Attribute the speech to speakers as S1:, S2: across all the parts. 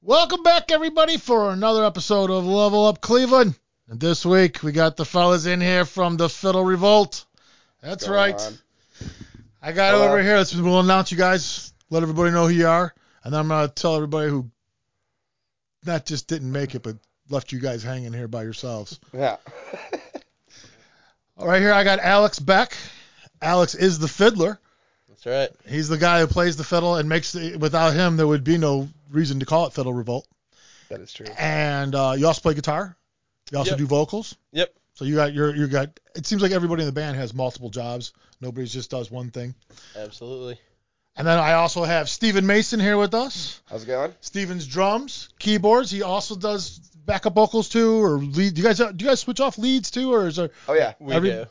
S1: Welcome back, everybody, for another episode of Level Up Cleveland. And this week we got the fellas in here from the Fiddle Revolt. That's
S2: Go
S1: right.
S2: on.
S1: I got
S2: Hello.
S1: over here. Let's, we'll announce you guys, let everybody know who you are, and then I'm gonna tell everybody who not just didn't make it, but left you guys hanging here by yourselves.
S2: Yeah.
S1: All right, here I got Alex Beck. Alex is the fiddler.
S3: That's right.
S1: He's the guy who plays the fiddle and makes. The, without him, there would be no reason to call it Fiddle Revolt.
S2: that is true.
S1: And uh, you also play guitar. You also
S3: Yep.
S1: do vocals.
S3: Yep.
S1: So you got your you got. It seems like everybody in the band has multiple jobs. Nobody just does one thing.
S3: Absolutely.
S1: And then I also have Stephen Mason here with us.
S2: How's it going?
S1: Steven's drums, keyboards. He also does backup vocals too, or lead. Do you guys do you guys switch off leads too, or is there
S2: Oh yeah.
S3: We
S1: Every-
S3: do.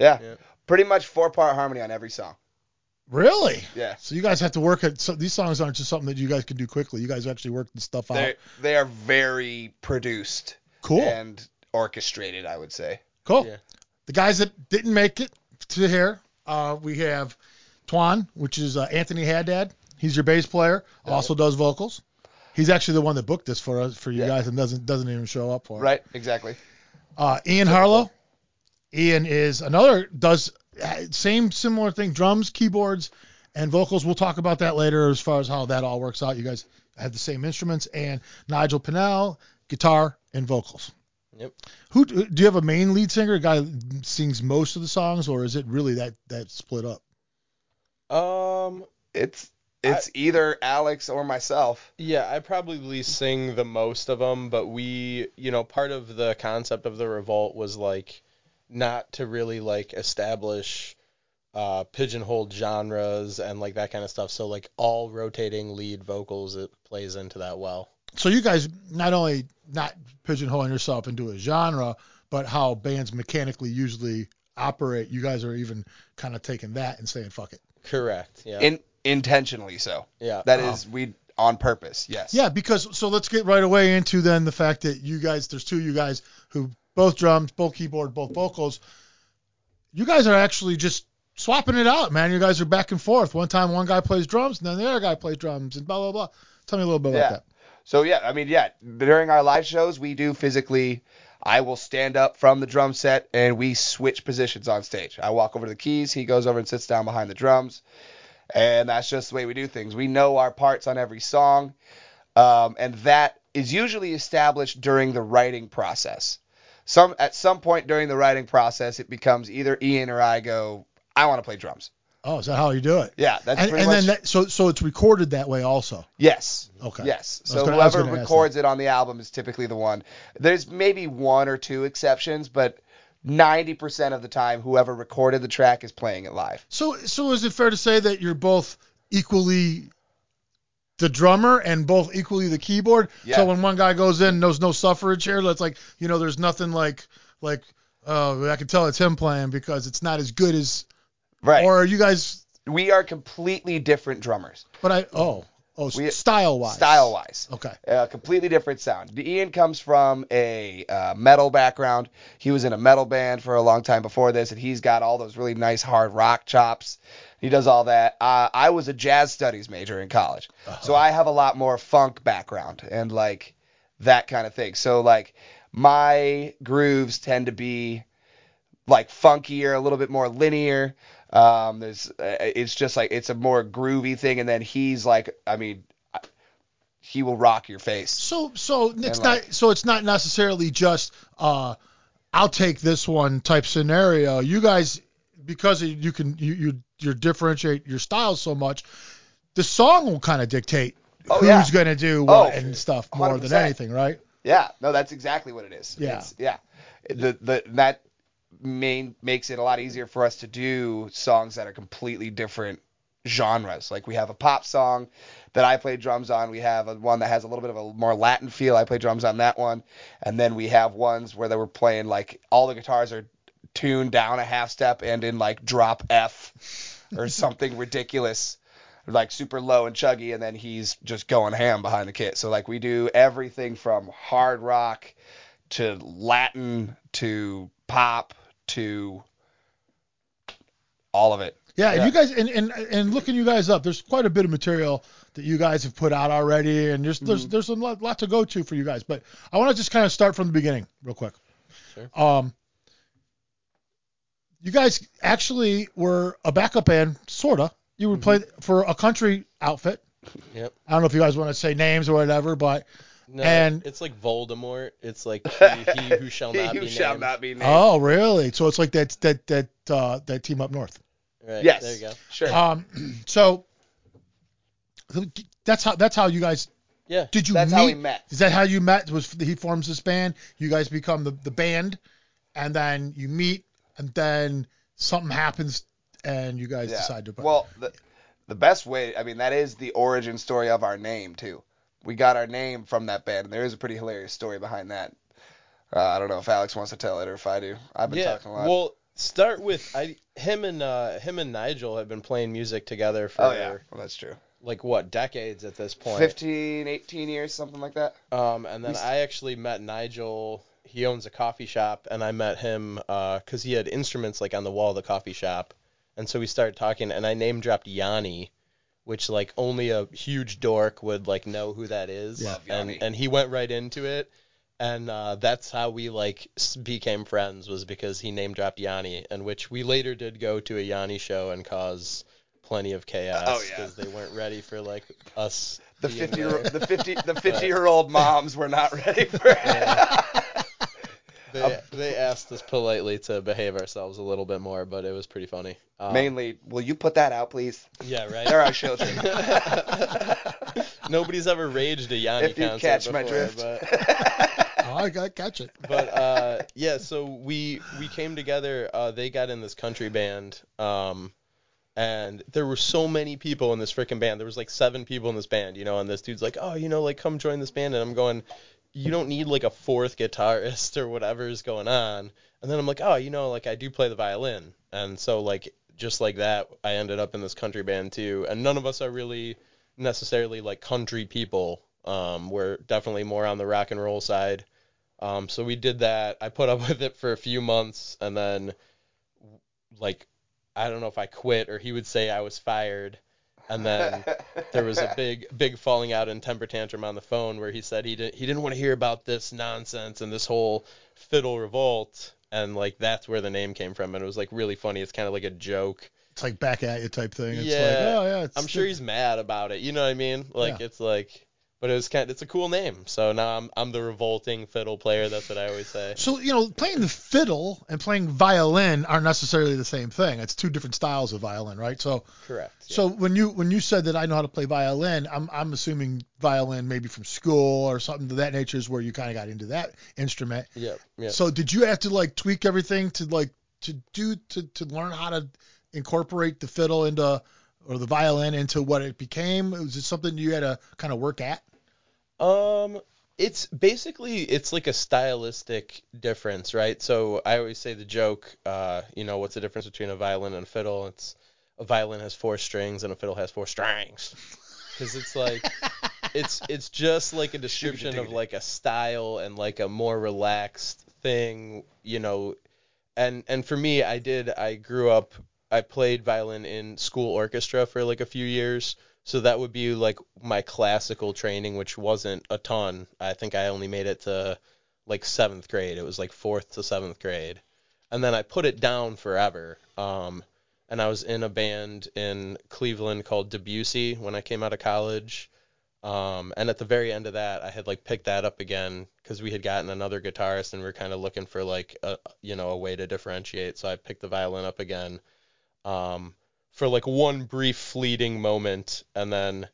S2: Yeah.
S3: Yeah.
S2: Pretty much four part harmony on every song.
S1: really?
S2: Yeah.
S1: So you guys have to work at so these songs aren't just something that you guys can do quickly. You guys actually work the stuff out.
S2: They they are very produced
S1: cool,
S2: and orchestrated, I would say.
S1: cool.
S3: Yeah.
S1: The guys that didn't make it to here, uh, we have Twan, which is uh, Anthony Haddad. He's your bass player, also does vocals. He's actually the one that booked this for us for you
S2: Yeah.
S1: guys and doesn't doesn't even show up for it.
S2: Right? Exactly.
S1: Uh, Ian Harlow. Ian is another does uh, same similar thing drums, keyboards, and vocals. We'll talk about that later as far as how that all works out. You guys have the same instruments and Nigel Pinnell, guitar and vocals.
S3: Yep.
S1: Who do you have a main lead singer? A guy that sings most of the songs, or is it really that that split up?
S3: Um.
S2: It's it's either Alex or myself.
S3: Yeah, I probably sing the most of them, but we, you know, part of the concept of the revolt was like not to really like establish uh, pigeonhole genres and like that kind of stuff. So like all rotating lead vocals, it plays into that well.
S1: So you guys not only not pigeonholing yourself into a genre, but how bands mechanically usually operate. You guys are even kind of taking that and saying fuck it.
S3: Correct. Yeah.
S2: In intentionally so.
S3: yeah.
S2: That is we on purpose, yes.
S1: Yeah, because so let's get right away into then the fact that you guys, there's two of you guys who both drums, both keyboard, both vocals. You guys are actually just swapping it out, man. You guys are back and forth. One time one guy plays drums, and then the other guy plays drums, and blah blah blah. Tell me a little bit
S2: Yeah.
S1: about that.
S2: So yeah, I mean yeah, during our live shows we do physically I will stand up from the drum set and we switch positions on stage. I walk over to the keys, he goes over and sits down behind the drums. And that's just the way we do things. We know our parts on every song. Um, and that is usually established during the writing process. Some at some point during the writing process it becomes either Ian or I go, I want to play drums.
S1: Oh, is that how you do it?
S2: Yeah, that's
S1: and
S2: pretty
S1: and
S2: much
S1: then that, so so it's recorded that way also.
S2: yes.
S1: Okay. I
S2: Yes.
S1: was
S2: So
S1: gonna- I was
S2: whoever
S1: gonna ask
S2: records it on the album is typically the one. There's maybe one or two exceptions, but 90% of the time, whoever recorded the track is playing it live.
S1: So so is it fair to say that you're both equally the drummer and both equally the keyboard?
S2: Yeah.
S1: So when one guy goes in, there's no suffrage here. That's like you know, there's nothing like like oh I can tell it's him playing because it's not as good as
S2: Right.
S1: or are you guys?
S2: we are completely different drummers,
S1: But I oh oh
S2: We-
S1: style wise
S2: style wise.
S1: okay
S2: A completely different sound. The Ian comes from a uh, metal background. He was in a metal band for a long time before this, and he's got all those really nice hard rock chops. He does all that. Uh, I was a jazz studies major in college,
S1: Uh-huh.
S2: so I have a lot more funk background and like that kind of thing. So like my grooves tend to be like funkier, a little bit more linear. Um, there's, uh, it's just like it's a more groovy thing, and then he's like, I mean, I- he will rock your face.
S1: so so it's
S2: like-
S1: not so it's not necessarily just uh I'll take this one type scenario. You guys because you can you you, you differentiate your styles so much, the song will kind of dictate
S2: Oh,
S1: who's
S2: yeah.
S1: gonna do what
S2: Oh,
S1: and stuff more than
S2: 100%.
S1: anything, right?
S2: Yeah, no, that's exactly what it is.
S1: Yeah.
S2: It's- yeah. The the that main makes it a lot easier for us to do songs that are completely different genres. Like we have a pop song that I play drums on. We have a, one that has a little bit of a more Latin feel. I play drums on that one, and then we have ones where they were playing like all the guitars are tuned down a half step and in like drop F or something ridiculous like super low and chuggy, and then he's just going ham behind the kit. So like we do everything from hard rock to Latin to pop to all of it.
S1: Yeah, and
S2: Yeah.
S1: you guys and, and and looking you guys up, there's quite a bit of material that you guys have put out already, and there's
S3: Mm-hmm.
S1: there's there's a lot, lot to go to for you guys. But I want to just kind of start from the beginning real quick.
S3: Sure.
S1: Um, you guys actually were a backup band, sorta. You were played for a country outfit.
S3: Mm-hmm. Yep.
S1: I don't know if you guys want to say names or whatever, but
S3: No,
S1: And-
S3: it's like Voldemort. It's like he, he who shall not
S2: He
S3: be
S2: who shall
S3: named.
S2: not be named.
S1: oh really? So it's like that that that uh, that team up north.
S3: Right,
S2: yes.
S3: There you go.
S2: Sure.
S1: Um, so that's how that's how you guys
S3: Yeah.
S1: did you
S2: That's
S1: meet?
S2: how we met.
S1: Is that how you met? Was he forms this band? You guys become the the band, and then you meet, and then something happens, and you guys
S2: Yeah.
S1: decide to.
S2: Well, the, the best way, I mean, that is the origin story of our name, too. We got our name from that band, and there is a pretty hilarious story behind that. Uh, I don't know if Alex wants to tell it or if I do. I've been
S3: yeah.
S2: talking a lot.
S3: Well, start with I him and uh, him and Nigel have been playing music together for
S2: oh, yeah. Well, that's true.
S3: like what decades at this point.
S2: Fifteen, eighteen 15, 18 years, something like that.
S3: Um, and then
S2: We st-
S3: I actually met Nigel. He owns a coffee shop, and I met him because he had instruments like on the wall of the coffee shop, and so we started talking, and I name dropped Yanni, which like only a huge dork would like know who that is,
S1: Yeah.
S2: Love
S3: and
S2: Yanni.
S3: and he went right into it, and uh, that's how we like s- became friends was because he name dropped Yanni, and which we later did go to a Yanni show and cause plenty of chaos
S2: Oh, yeah.
S3: because they weren't ready for like us.
S2: The
S3: being
S2: 50,
S3: there.
S2: year, the 50, the 50 year old moms were not ready for it. Uh,
S3: They, they asked us politely to behave ourselves a little bit more, but it was pretty funny. Um,
S2: Mainly, will you put that out, please?
S3: yeah,
S2: There
S3: right.
S2: are children.
S3: Nobody's ever raged a Yanni
S2: If you
S3: concert
S2: catch my
S3: before,
S2: drift.
S3: but,
S1: Oh, I got catch it.
S3: but uh, yeah. So we we came together. Uh, they got in this country band, um, and there were so many people in this freaking band. There was like seven people in this band, you know. And this dude's like, oh, you know, like come join this band, and I'm going. you don't need like a fourth guitarist or whatever is going on. And then I'm like, oh, you know, like I do play the violin. And so like just like that, I ended up in this country band too. And none of us are really necessarily like country people. Um, we're definitely more on the rock and roll side. Um, so we did that. I put up with it for a few months and then like I don't know if I quit or he would say I was fired. And then there was a big big falling out and temper tantrum on the phone where he said he didn't he didn't want to hear about this nonsense and this whole fiddle revolt and like that's where the name came from and it was like really funny it's kind of like a joke
S1: It's like back at you type thing. It's
S3: Yeah,
S1: like, oh yeah. It's,
S3: i'm sure he's mad about it you know what i mean like it's like but it was kind it's a cool name so now i'm i'm the revolting fiddle player that's what i always say
S1: So you know, playing the fiddle and playing violin aren't necessarily the same thing. It's two different styles of violin, right? So
S3: correct yeah.
S1: So when you when you said that I know how to play violin, I'm I'm assuming violin maybe from school or something to that nature is where you kind of got into that instrument.
S3: yeah yeah
S1: So did you have to like tweak everything to like to do to to learn how to incorporate the fiddle into or the violin into what it became? Was it something you had to kind of work at?
S3: Um, it's basically it's like a stylistic difference, right? So I always say the joke, uh, you know, what's the difference between a violin and a fiddle? It's a violin has four strings and a fiddle has four strings. Because it's like it's it's just like a description of
S2: diggity.
S3: like a style and like a more relaxed thing, you know. And and for me, I did I grew up I played violin in school orchestra for like a few years. So that would be like my classical training, which wasn't a ton. I think I only made it to like seventh grade. It was like fourth to seventh grade. And then I put it down forever. Um, and I was in a band in Cleveland called Debussy when I came out of college. Um, and at the very end of that, I had like picked that up again because we had gotten another guitarist and we were kind of looking for like a you know a way to differentiate. So I picked the violin up again um, for like one brief fleeting moment, and then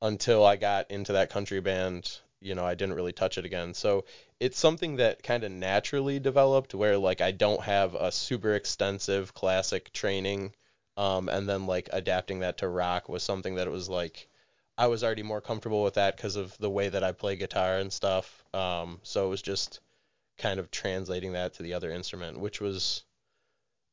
S3: until I got into that country band, you know, I didn't really touch it again. So it's something that kind of naturally developed where like I don't have a super extensive classic training, um, and then like adapting that to rock was something that it was like I was already more comfortable with that because of the way that I play guitar and stuff. Um, so it was just kind of translating that to the other instrument, which was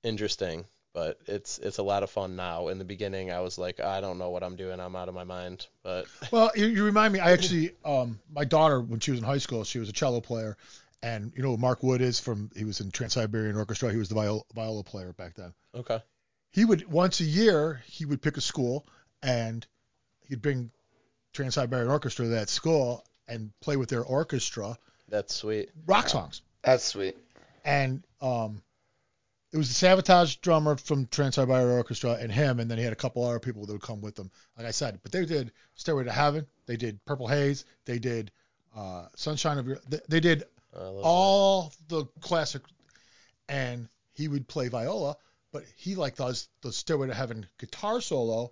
S3: interesting. But it's it's a lot of fun now. In the beginning, I was like, I don't know what I'm doing. I'm out of my mind. But
S1: Well, you, you remind me. I actually, um, my daughter when she was in high school, she was a cello player, and you know who Mark Wood is from he was in Trans Siberian Orchestra. He was the viola, viola player back then.
S3: okay,
S1: he would once a year he would pick a school and he'd bring Trans Siberian Orchestra that school and play with their orchestra
S3: That's sweet.
S1: rock songs.
S2: That's sweet.
S1: And um, it was the Sabotage drummer from Trans Siberian Orchestra and him, and then he had a couple other people that would come with them. Like I said, but they did Stairway to Heaven, they did Purple Haze, they did uh, Sunshine of Your, they, they did
S3: I love
S1: all the classic, and he would play viola, but he like does the Stairway to Heaven guitar solo,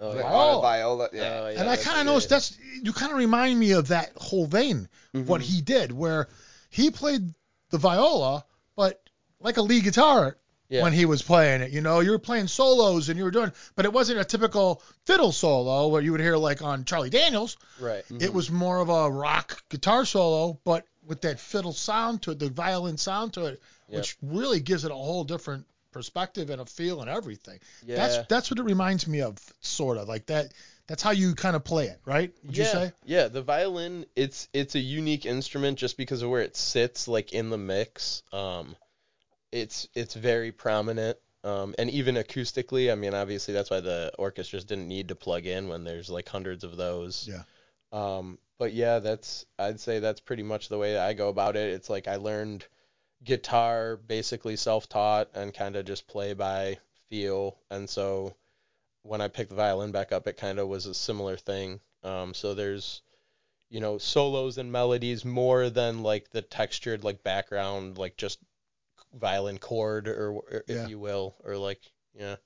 S3: that. Oh,
S2: Like,
S3: yeah.
S2: on a
S1: Oh.
S2: Viola. Yeah.
S3: Oh, yeah,
S1: and I
S3: that's
S1: kind of
S3: great.
S1: noticed that's you kind of remind me of that whole vein
S3: Mm-hmm.
S1: what
S2: Mhm.
S1: he did, where he played the viola, but like a lead guitar
S3: Yeah.
S1: when he was playing it. You know, you were playing solos and you were doing, but it wasn't a typical fiddle solo where you would hear like on Charlie Daniels.
S3: right.
S1: It was more of a rock guitar solo, but with that fiddle sound to it, the violin sound to it,
S3: Yep.
S1: which really gives it a whole different perspective and a feel and everything.
S3: Yeah.
S1: That's that's what it reminds me of, sort of like that. That's how you kind of play it, right? Would
S3: yeah,
S1: you say?
S3: Yeah, the violin it's it's a unique instrument just because of where it sits like in the mix. Um it's it's very prominent. Um and even acoustically, I mean obviously that's why the orchestras didn't need to plug in when there's like hundreds of those.
S1: Yeah.
S3: Um but yeah, that's I'd say that's pretty much the way that I go about it. It's like I learned guitar basically self-taught and kind of just play by feel and so when I picked the violin back up, it kind of was a similar thing. Um, so there's, you know, solos and melodies more than like the textured like background, like just violin chord or, or if
S1: Yeah.
S3: you will, or like yeah,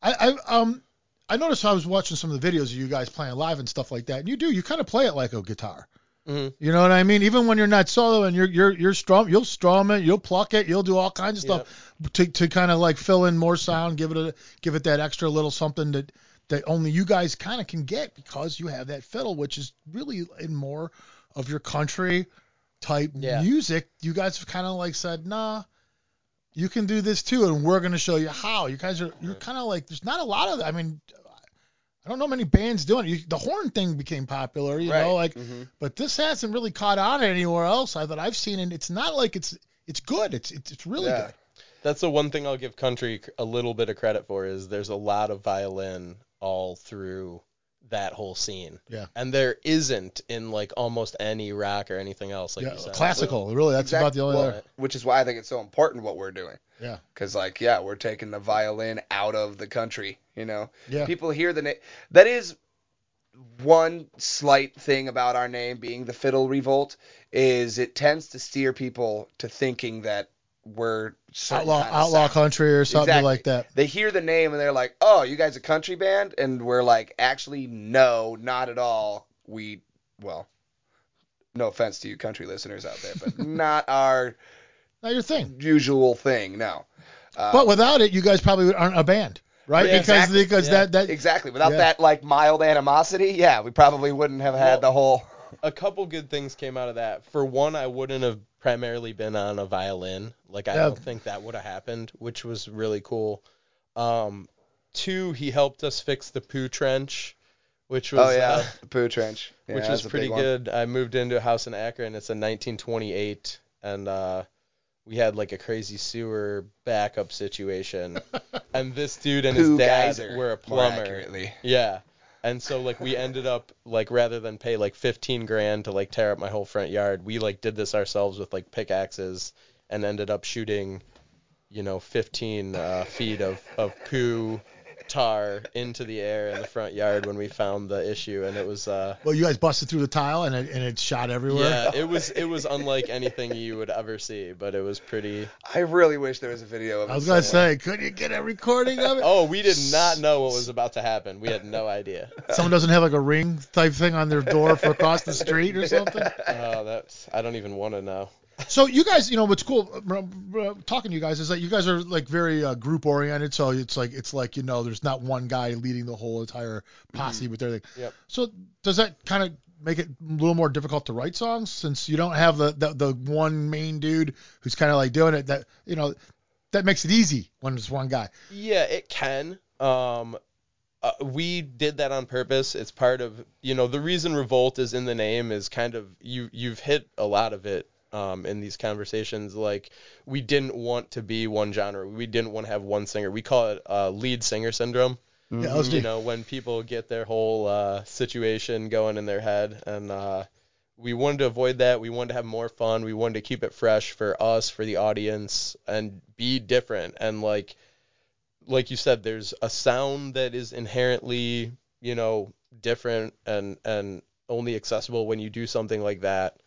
S1: I, I um I noticed I was watching some of the videos of you guys playing live and stuff like that, and you do you kind of play it like a guitar.
S3: Mhm.
S1: You know what I mean? Even when you're not solo and you're you're you're strum, you'll strum it, you'll pluck it, you'll do all kinds of stuff to to kind of like fill in more sound, give it a give it that extra little something that that only you guys kind of can get because you have that fiddle, which is really in more of your country type
S3: Yeah.
S1: music. You guys have kind of like said, nah, you can do this too, and we're gonna show you how. You guys are you're kind of like there's not a lot of I mean. I don't know many bands doing it. You, the horn thing became popular, you
S2: Right.
S1: know, like
S2: Mhm.
S1: but this hasn't really caught on anywhere else I- that I've seen, and it's not like it's it's good. It's it's, it's really
S2: Yeah.
S1: good.
S3: that's the one thing I'll give country c- a little bit of credit for is there's a lot of violin all through that whole scene.
S1: Yeah.
S3: And there isn't in like almost any rock or anything else like
S1: yeah,
S3: you said.
S1: classical, really. That's
S2: Exact-
S1: about the only
S2: well,
S1: other.
S2: Which is why I think it's so important what we're doing.
S1: Yeah.
S2: Because, like, yeah, we're taking the violin out of the country, you know?
S1: Yeah,
S2: People hear the name. That is one slight thing about our name being the Fiddle Revolt is it tends to steer people to thinking that we're certain
S1: outlaw
S2: kind of
S1: outlaw
S2: sound.
S1: country or something
S2: Exactly.
S1: like that.
S2: They hear the name and they're like, "Oh, you guys a country band?" And we're like, "Actually, no, not at all. We, well, no offense to you country listeners out there, but not our
S1: Not your thing.
S2: usual thing. No." Uh,
S1: But without it, you guys probably aren't a band, right?
S3: Yeah,
S1: because
S2: exactly.
S1: because
S3: Yeah.
S1: that that
S2: Exactly. Without
S1: Yeah.
S2: that like mild animosity, yeah, we probably wouldn't have had
S3: Well-
S2: the whole.
S3: a couple good things came out of that. For one, I wouldn't have primarily been on a violin. Like I
S1: Yeah.
S3: don't think that would have happened, which was really cool. Um, two, he helped us fix the poo trench, which was
S2: oh yeah,
S3: uh,
S2: the poo trench, Yeah,
S3: which
S2: that's a
S3: was
S2: big
S3: pretty
S2: one.
S3: good. I moved into a house in Akron. It's a 1928, and uh, we had like a crazy sewer backup situation. and this dude and
S2: Poo
S3: his dad
S2: geyser,
S3: were
S2: more
S3: a plumber.
S2: accurately.
S3: Yeah. And so like we ended up like rather than pay like 15 grand to like tear up my whole front yard, we like did this ourselves with like pickaxes and ended up shooting, you know, 15 uh, feet of of poo tar into the air in the front yard when we found the issue and it was uh
S1: well, you guys busted through the tile and it and it shot everywhere.
S3: yeah, it was it was unlike anything you would ever see, but it was pretty
S2: I really wish there was a video of it.
S1: I was gonna
S2: somewhere.
S1: say, could you get a recording of it?
S3: Oh, we did not know what was about to happen. We had no idea.
S1: Someone doesn't have like a ring type thing on their door for across the street or something.
S3: Oh, that's I don't even want to know.
S1: So you guys, you know what's cool uh, uh, talking to you guys is that you guys are like very uh, group oriented. So it's like it's like you know there's not one guy leading the whole entire posse with everything.
S3: Mm-hmm. Yep.
S1: So does that kind of make it a little more difficult to write songs since you don't have the the, the one main dude who's kind of like doing it? That you know that makes it easy when it's one guy.
S3: Yeah, it can. Um, uh, we did that on purpose. It's part of you know the reason revolt is in the name is kind of you you've hit a lot of it um, in these conversations. Like we didn't want to be one genre. We didn't want to have one singer. We call it uh, lead singer syndrome.
S1: Yeah,
S2: Mhm.
S1: LSD.
S3: you know when people get their whole uh, situation going in their head and uh, we wanted to avoid that we wanted to have more fun we wanted to keep it fresh for us for the audience and be different and like like you said there's a sound that is inherently you know different and and only accessible when you do something like that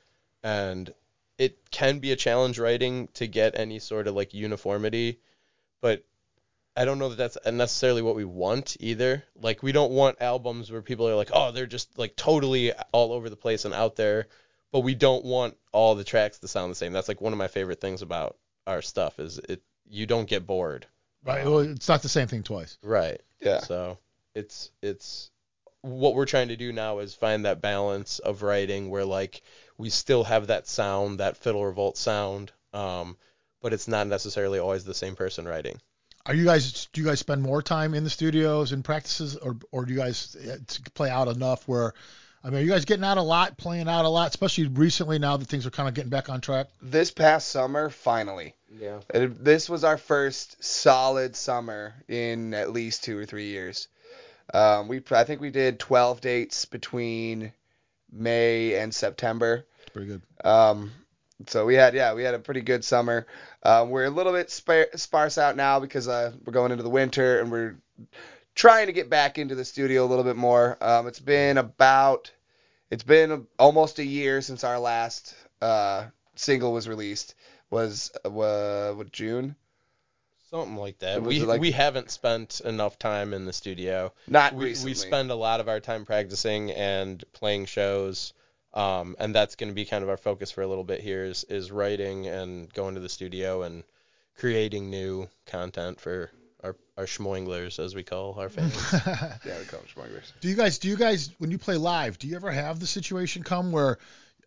S3: and it can be a challenge writing to get any sort of like uniformity but I don't know that that's necessarily what we want either. Like we don't want albums where people are like, "Oh, they're just like totally all over the place and out there," but we don't want all the tracks to sound the same. That's like one of my favorite things about our stuff is it you don't get bored.
S1: Right. Well, it's not the same thing twice.
S3: Right.
S2: Yeah.
S3: So it's it's what we're trying to do now is find that balance of writing where like we still have that sound, that fiddle revolt sound, um, but it's not necessarily always the same person writing.
S1: Are you guys? Do you guys spend more time in the studios and practices, or or do you guys uh, t- play out enough? Where, I mean, are you guys getting out a lot, playing out a lot, especially recently now that things are kind of getting back on track?
S2: This past summer, finally.
S3: Yeah.
S2: Uh, This was our first solid summer in at least two or three years. Um, we I think we did 12 dates between May and September.
S1: It's pretty good.
S2: Um, so we had yeah we had a pretty good summer. Uh, we're a little bit spar- sparse out now because uh, we're going into the winter and we're trying to get back into the studio a little bit more. Um, it's been about it's been almost a year since our last uh, single was released. Was uh, wa- June?
S3: Something like that.
S2: Was
S3: We
S2: it like-
S3: we haven't spent enough time in the studio.
S2: Not
S3: We,
S2: recently.
S3: we spend a lot of our time practicing and playing shows, um, and that's going to be kind of our focus for a little bit here is is writing and going to the studio and creating new content for our our schmoinglers as we call our fans.
S2: Yeah, we call them Schmoingers.
S1: Do you guys do you guys when you play live, do you ever have the situation come where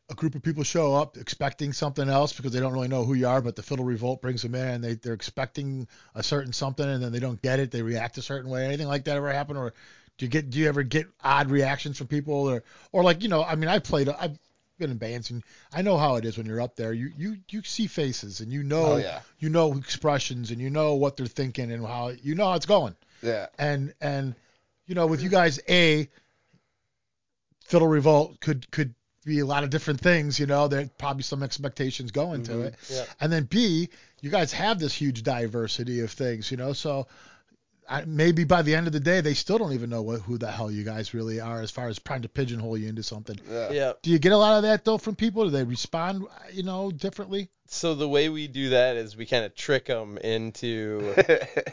S1: a group of people show up expecting something else because they don't really know who you are, but the fiddle revolt brings them in and they, they're expecting a certain something and then they don't get it, they react a certain way. Anything like that ever happen or do you get do you ever get odd reactions from people or or like, you know, I mean I played I've been in bands and I know how it is when you're up there. You you you see faces and you know
S2: Oh yeah,
S1: you know expressions and you know what they're thinking and how you know how it's going
S2: yeah.
S1: and and you know with you guys a fiddle revolt could could be a lot of different things you know there's probably some expectations going to
S2: Mhm.
S1: it
S3: Yeah.
S1: and then b you guys have this huge diversity of things you know so I, maybe by the end of the day they still don't even know what, who the hell you guys really are as far as trying to pigeonhole you into something
S2: yeah.
S3: yeah.
S1: do you get a lot of that though from people do they respond you know differently
S3: So the way we do that is we kind of trick them into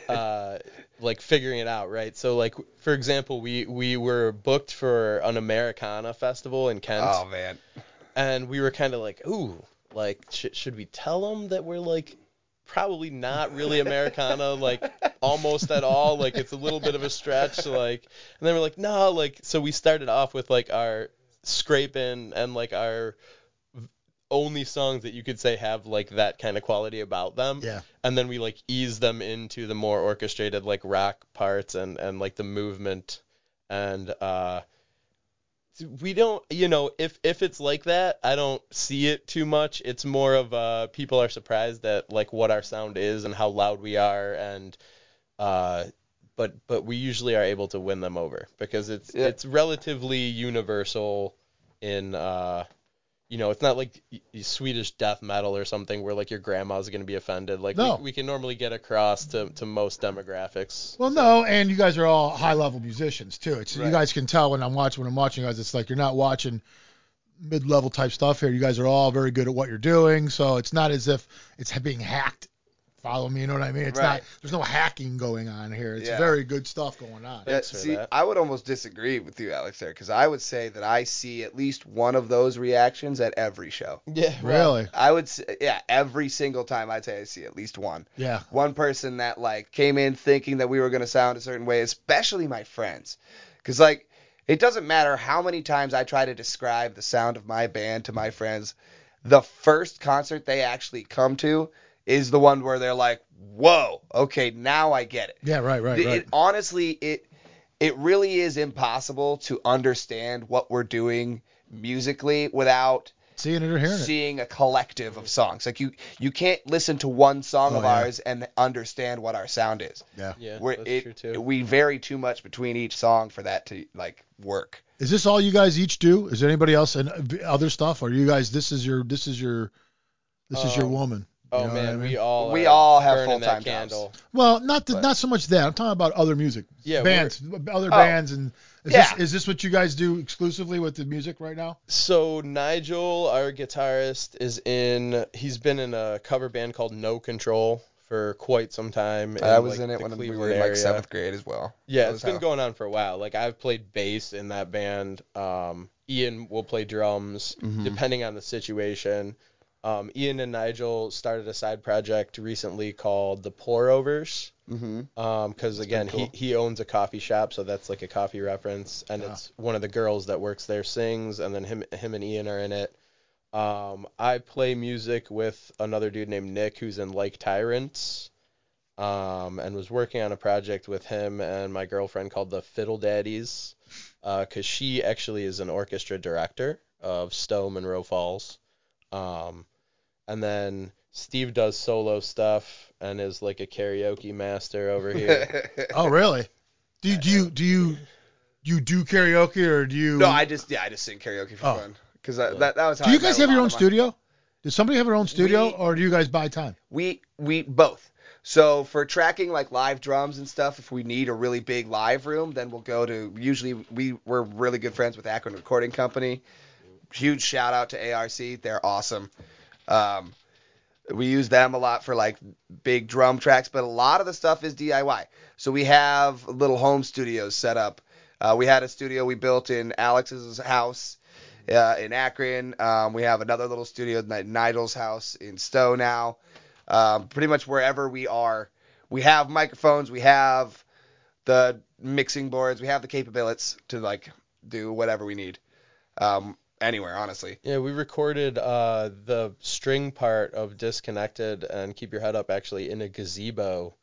S3: uh, like figuring it out, right? So like for example, we we were booked for an Americana festival in Kent,
S2: oh man.
S3: and we were kind of like, ooh, like sh- should we tell them that we're like probably not really Americana, like almost at all, like it's a little bit of a stretch, like, and then we're like, no, like so we started off with like our scraping and like our only songs that you could say have like that kind of quality about them
S1: yeah
S3: and then we like ease them into the more orchestrated like rock parts and and like the movement and uh we don't you know if if it's like that i don't see it too much it's more of uh people are surprised at like what our sound is and how loud we are and uh but but we usually are able to win them over because it's
S2: Yeah.
S3: it's relatively universal in uh you know, it's not like y- y- Swedish death metal or something where like your grandma's gonna be offended. Like
S1: No.
S3: we, we can normally get across to, to most demographics.
S1: Well, no, and you guys are all high-level musicians too. It's you
S2: Right.
S1: guys can tell when I'm watching when I'm watching you guys. It's like you're not watching mid-level type stuff here. You guys are all very good at what you're doing, so it's not as if it's being hacked. Follow me, you know what I mean? It's
S2: Right.
S1: not. There's no hacking going on here. It's
S2: Yeah.
S1: very good stuff going on.
S2: Yeah,
S3: Thanks for
S2: see,
S3: that.
S2: I would almost disagree with you, Alex, there, because I would say that I see at least one of those reactions at every show.
S3: Yeah,
S1: Really?
S2: I would, s yeah, every single time I'd say I see at least one.
S1: Yeah.
S2: One person that like came in thinking that we were gonna sound a certain way, especially my friends, because like it doesn't matter how many times I try to describe the sound of my band to my friends, the first concert they actually come to is the one where they're like, "Whoa, okay, now I get it."
S1: Yeah. Right. Right.
S2: Th-
S1: Right.
S2: It, honestly, it it really is impossible to understand what we're doing musically without
S1: seeing it or hearing it.
S2: seeing a collective of songs. Like you, you can't listen to one song
S1: Oh,
S2: of
S1: yeah.
S2: ours and understand what our sound is.
S1: Yeah.
S3: Yeah,
S2: We're-
S3: that's
S2: it-
S3: true too.
S2: We vary too much between each song for that to like work.
S1: Is this all you guys each do? Is there anybody else and uh, other stuff? Or you guys? This is your. This is your. This is your
S3: Um,
S1: woman. You
S3: oh
S1: know what
S3: man,
S1: I mean?
S3: we all
S2: We
S3: are
S2: all have
S3: burning that
S2: full-time jobs.
S3: candle.
S1: Well, not the,
S2: But-
S1: not so much that. I'm talking about other music.
S3: Yeah, we're-
S1: bands, other bands, and is,
S2: Oh, Yeah.
S1: this, is this what you guys do exclusively with the music right now?
S3: So Nigel, our guitarist, is in. He's been in a cover band called No Control for quite some time.
S2: I was
S3: like,
S2: in it
S3: the
S2: when we
S3: Cleveland
S2: were in like
S3: area.
S2: seventh grade as well.
S3: Yeah,
S2: That
S3: it's
S2: was
S3: been
S2: how-
S3: going on for a while. Like I've played bass in that band. Um, Ian will play drums
S1: Mm-hmm.
S2: Mhm.
S3: depending on the situation. Um, Ian and Nigel started a side project recently called the Pour Overs.
S2: Mhm.
S3: Um, because again,
S2: cool.
S3: he, he owns a coffee shop, so that's like a coffee reference, and
S1: Yeah.
S3: it's one of the girls that works there sings, and then him him and Ian are in it. Um, I play music with another dude named Nick who's in Like Tyrants, um, and was working on a project with him and my girlfriend called the Fiddle Daddies, because uh, she actually is an orchestra director of Stowe Monroe Falls. Um, and then Steve does solo stuff and is like a karaoke master over here.
S1: Oh, really? Do you do you do you you do karaoke or do you?
S2: no, I just yeah, I just sing karaoke for
S1: Oh.
S2: fun because that, that that was how.
S1: do
S2: I
S1: you guys
S2: met a
S1: have your
S2: lot
S1: own
S2: of my-
S1: studio? Does somebody have their own studio,
S2: We-
S1: or do you guys buy time?
S2: We we both. So for tracking like live drums and stuff, if we need a really big live room, then we'll go to. Usually we we're really good friends with Akron Recording Company. Huge shout out to ARC, they're awesome. Um, we use them a lot for like big drum tracks, but a lot of the stuff is DIY. So we have little home studios set up. Uh, we had a studio we built in Alex's house uh, in Akron. Um, we have another little studio at Nigel's house in Stowe now. Um, pretty much wherever we are, we have microphones, we have the mixing boards, we have the capabilities to like do whatever we need um, anywhere, honestly.
S3: Yeah, we recorded uh, the string part of Disconnected and Keep Your Head Up actually in a gazebo.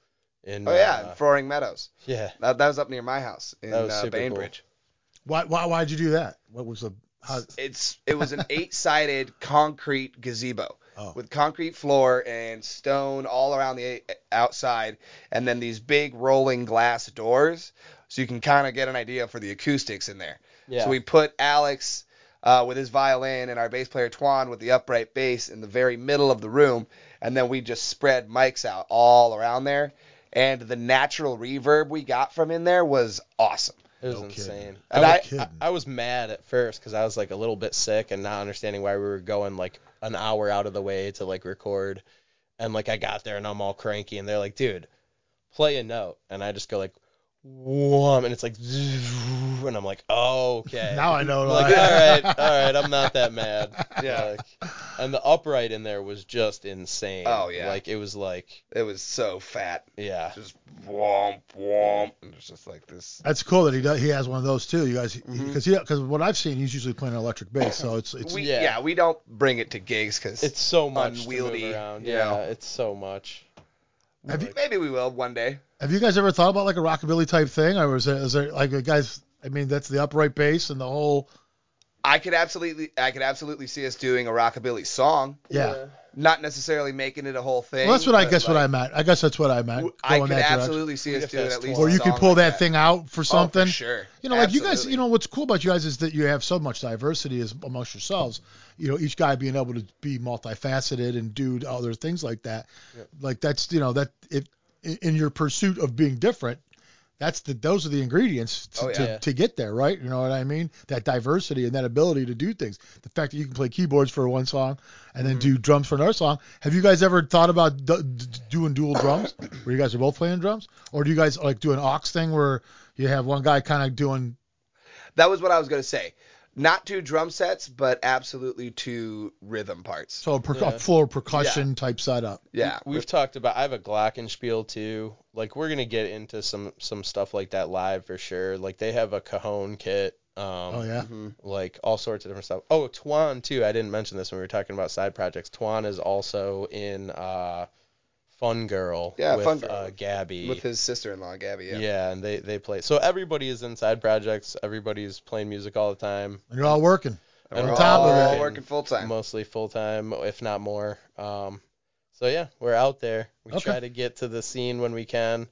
S3: In,
S2: Oh yeah,
S3: uh,
S2: Roaring Meadows.
S3: yeah.
S2: That, that was up near my house in
S3: That was
S2: uh,
S3: super cool.
S2: Bainbridge.
S1: Why why why'd you do that? What was the how,
S2: It's it was an eight-sided concrete gazebo
S1: Oh.
S2: with concrete floor and stone all around the uh, outside, and then these big rolling glass doors, so you can kind of get an idea for the acoustics in there.
S3: Yeah.
S2: So we put Alex uh, with his violin and our bass player Twan with the upright bass in the very middle of the room, and then we just spread mics out all around there. And the natural reverb we got from in there was awesome.
S3: It was
S1: No kidding.
S3: insane.
S2: And
S3: I,
S2: I-
S3: was- I,
S1: Kidding.
S3: I was mad at first because I was like a little bit sick and not understanding why we were going like an hour out of the way to like record. And like I got there and I'm all cranky and they're like, dude, play a note. And I just go like, wham, and it's like, and I'm like, oh, okay.
S1: now I know.
S3: I'm like, all right, all
S2: uh,
S3: right, I'm not that mad.
S2: Yeah.
S3: Like, and the upright in there was just insane.
S2: Oh, yeah.
S3: Like it was like,
S2: It was so fat.
S3: yeah.
S2: just womp womp. And it's just like this.
S1: That's cool that he does, he has one of those too. You guys,
S2: Mhm.
S1: because because what I've seen, he's usually playing an electric bass, so it's it's
S2: we,
S3: yeah.
S2: yeah. we don't bring it to gigs because
S3: It's so much to
S2: unwieldy,
S3: move around.
S2: you
S3: Yeah,
S2: know.
S3: it's so much.
S1: Have you-
S2: maybe we will one day.
S1: Have you guys ever thought about like a rockabilly type thing, or was there, is there like a guys? I mean, that's the upright bass and the whole.
S2: I could absolutely, I could absolutely see us doing a rockabilly song,
S1: Yeah.
S2: not necessarily making it a whole thing.
S1: well, that's what I
S2: but,
S1: guess what I
S2: like,
S1: meant. I guess that's what I meant.
S2: w-
S1: Going
S2: I could
S1: that direction.
S2: absolutely see
S3: Even
S2: us
S3: if
S2: doing
S3: that's
S2: at least.
S1: Or
S3: twelve.
S2: a
S1: you could
S2: song
S1: pull
S2: like
S1: that, thing out for
S2: Oh, for
S1: something.
S2: sure.
S1: You know, like you guys.
S2: Absolutely.
S1: You know what's cool about you guys is that you have so much diversity is amongst yourselves. You know, each guy being able to be multifaceted and do other things like that.
S3: Yep.
S1: Like that's you know that if in- in your pursuit of being different. That's the those are the ingredients to,
S2: Oh, yeah.
S1: to, to get there, right? You know what I mean? That diversity and that ability to do things. The fact that you can play keyboards for one song and then
S3: Mm-hmm.
S1: do drums for another song. Have you guys ever thought about d- d- doing dual drums, where you guys are both playing drums, or do you guys like do an aux thing where you have one guy kind of doing?
S2: That was what I was gonna say. Not two drum sets, but absolutely two rhythm parts.
S1: So a, per-
S3: Yeah.
S1: a full percussion type setup.
S2: Yeah,
S3: We- We've talked about I have a Glockenspiel too. Like we're gonna get into some some stuff like that live for sure. Like they have a Cajon kit. Um,
S1: Oh yeah.
S2: Mhm.
S3: Like all sorts of different stuff. Oh, Tuan too. I didn't mention this when we were talking about side projects. Tuan is also in uh, Fun Girl.
S2: Yeah,
S3: with,
S2: Fun Girl.
S3: Uh, Gabby.
S2: with his sister-in-law Gabby.
S3: yeah. and they they play. So everybody is in side projects. Everybody's playing music all the time.
S1: And you're all working. On
S2: we're
S1: top
S2: all
S1: of it.
S2: working full time.
S3: mostly full time, if not more. Um, so yeah, we're out there. We
S1: Okay.
S3: try to get to the scene when we can.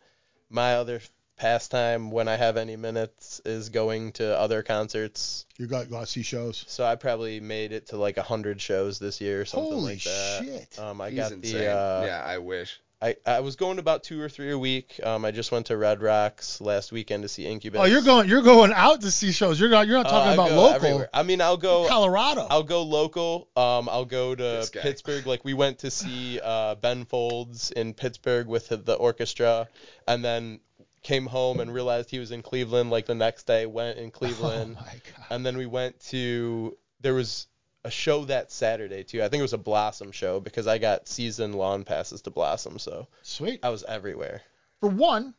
S3: My other pastime, when I have any minutes, is going to other concerts.
S1: You got go out see shows.
S3: So I probably made it to like a hundred shows this year, or something
S1: Holy
S3: like that.
S1: shit.
S3: Um, I
S2: He's
S3: got
S2: insane.
S3: the uh,
S2: yeah, I wish.
S3: I, I was going to about two or three a week. Um, I just went to Red Rocks last weekend to see Incubus.
S1: Oh, you're going you're going out to see shows. You're not you're not
S3: Uh,
S1: talking
S3: I
S1: about
S3: go
S1: local
S3: everywhere. I mean, I'll go.
S1: Colorado.
S3: I'll go local. Um, I'll go to
S2: This guy.
S3: Pittsburgh. Like we went to see uh, Ben Folds in Pittsburgh with the orchestra, and then came home and realized he was in Cleveland. Like the next day, went in Cleveland,
S1: Oh my god.
S3: and then we went to there was a show that Saturday too. I think it was a Blossom show because I got season long passes to Blossom, so
S2: Uh,
S1: Sweet.
S3: I was everywhere.
S1: For one,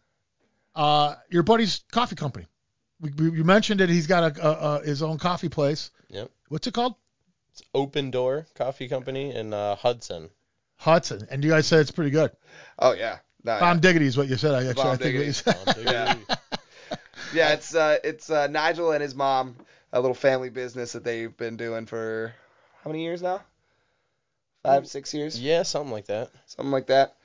S1: uh, your buddy's coffee company. We, we, you mentioned that he's got a, a, a his own coffee place.
S3: Yep.
S1: What's it called?
S3: It's Open Door Coffee Company in uh, Hudson.
S1: Hudson. And you guys said it's pretty good.
S2: Oh yeah. No, yeah.
S1: Bomb diggity is what you said. I actually
S2: Bomb
S1: I think what
S2: diggity. Um,
S1: you said.
S3: Um,
S2: Yeah. Yeah, it's uh, it's uh, Nigel and his mom, a little family business that they've been doing for how many years now? Five, six years,
S3: yeah, something like that.
S2: something like that.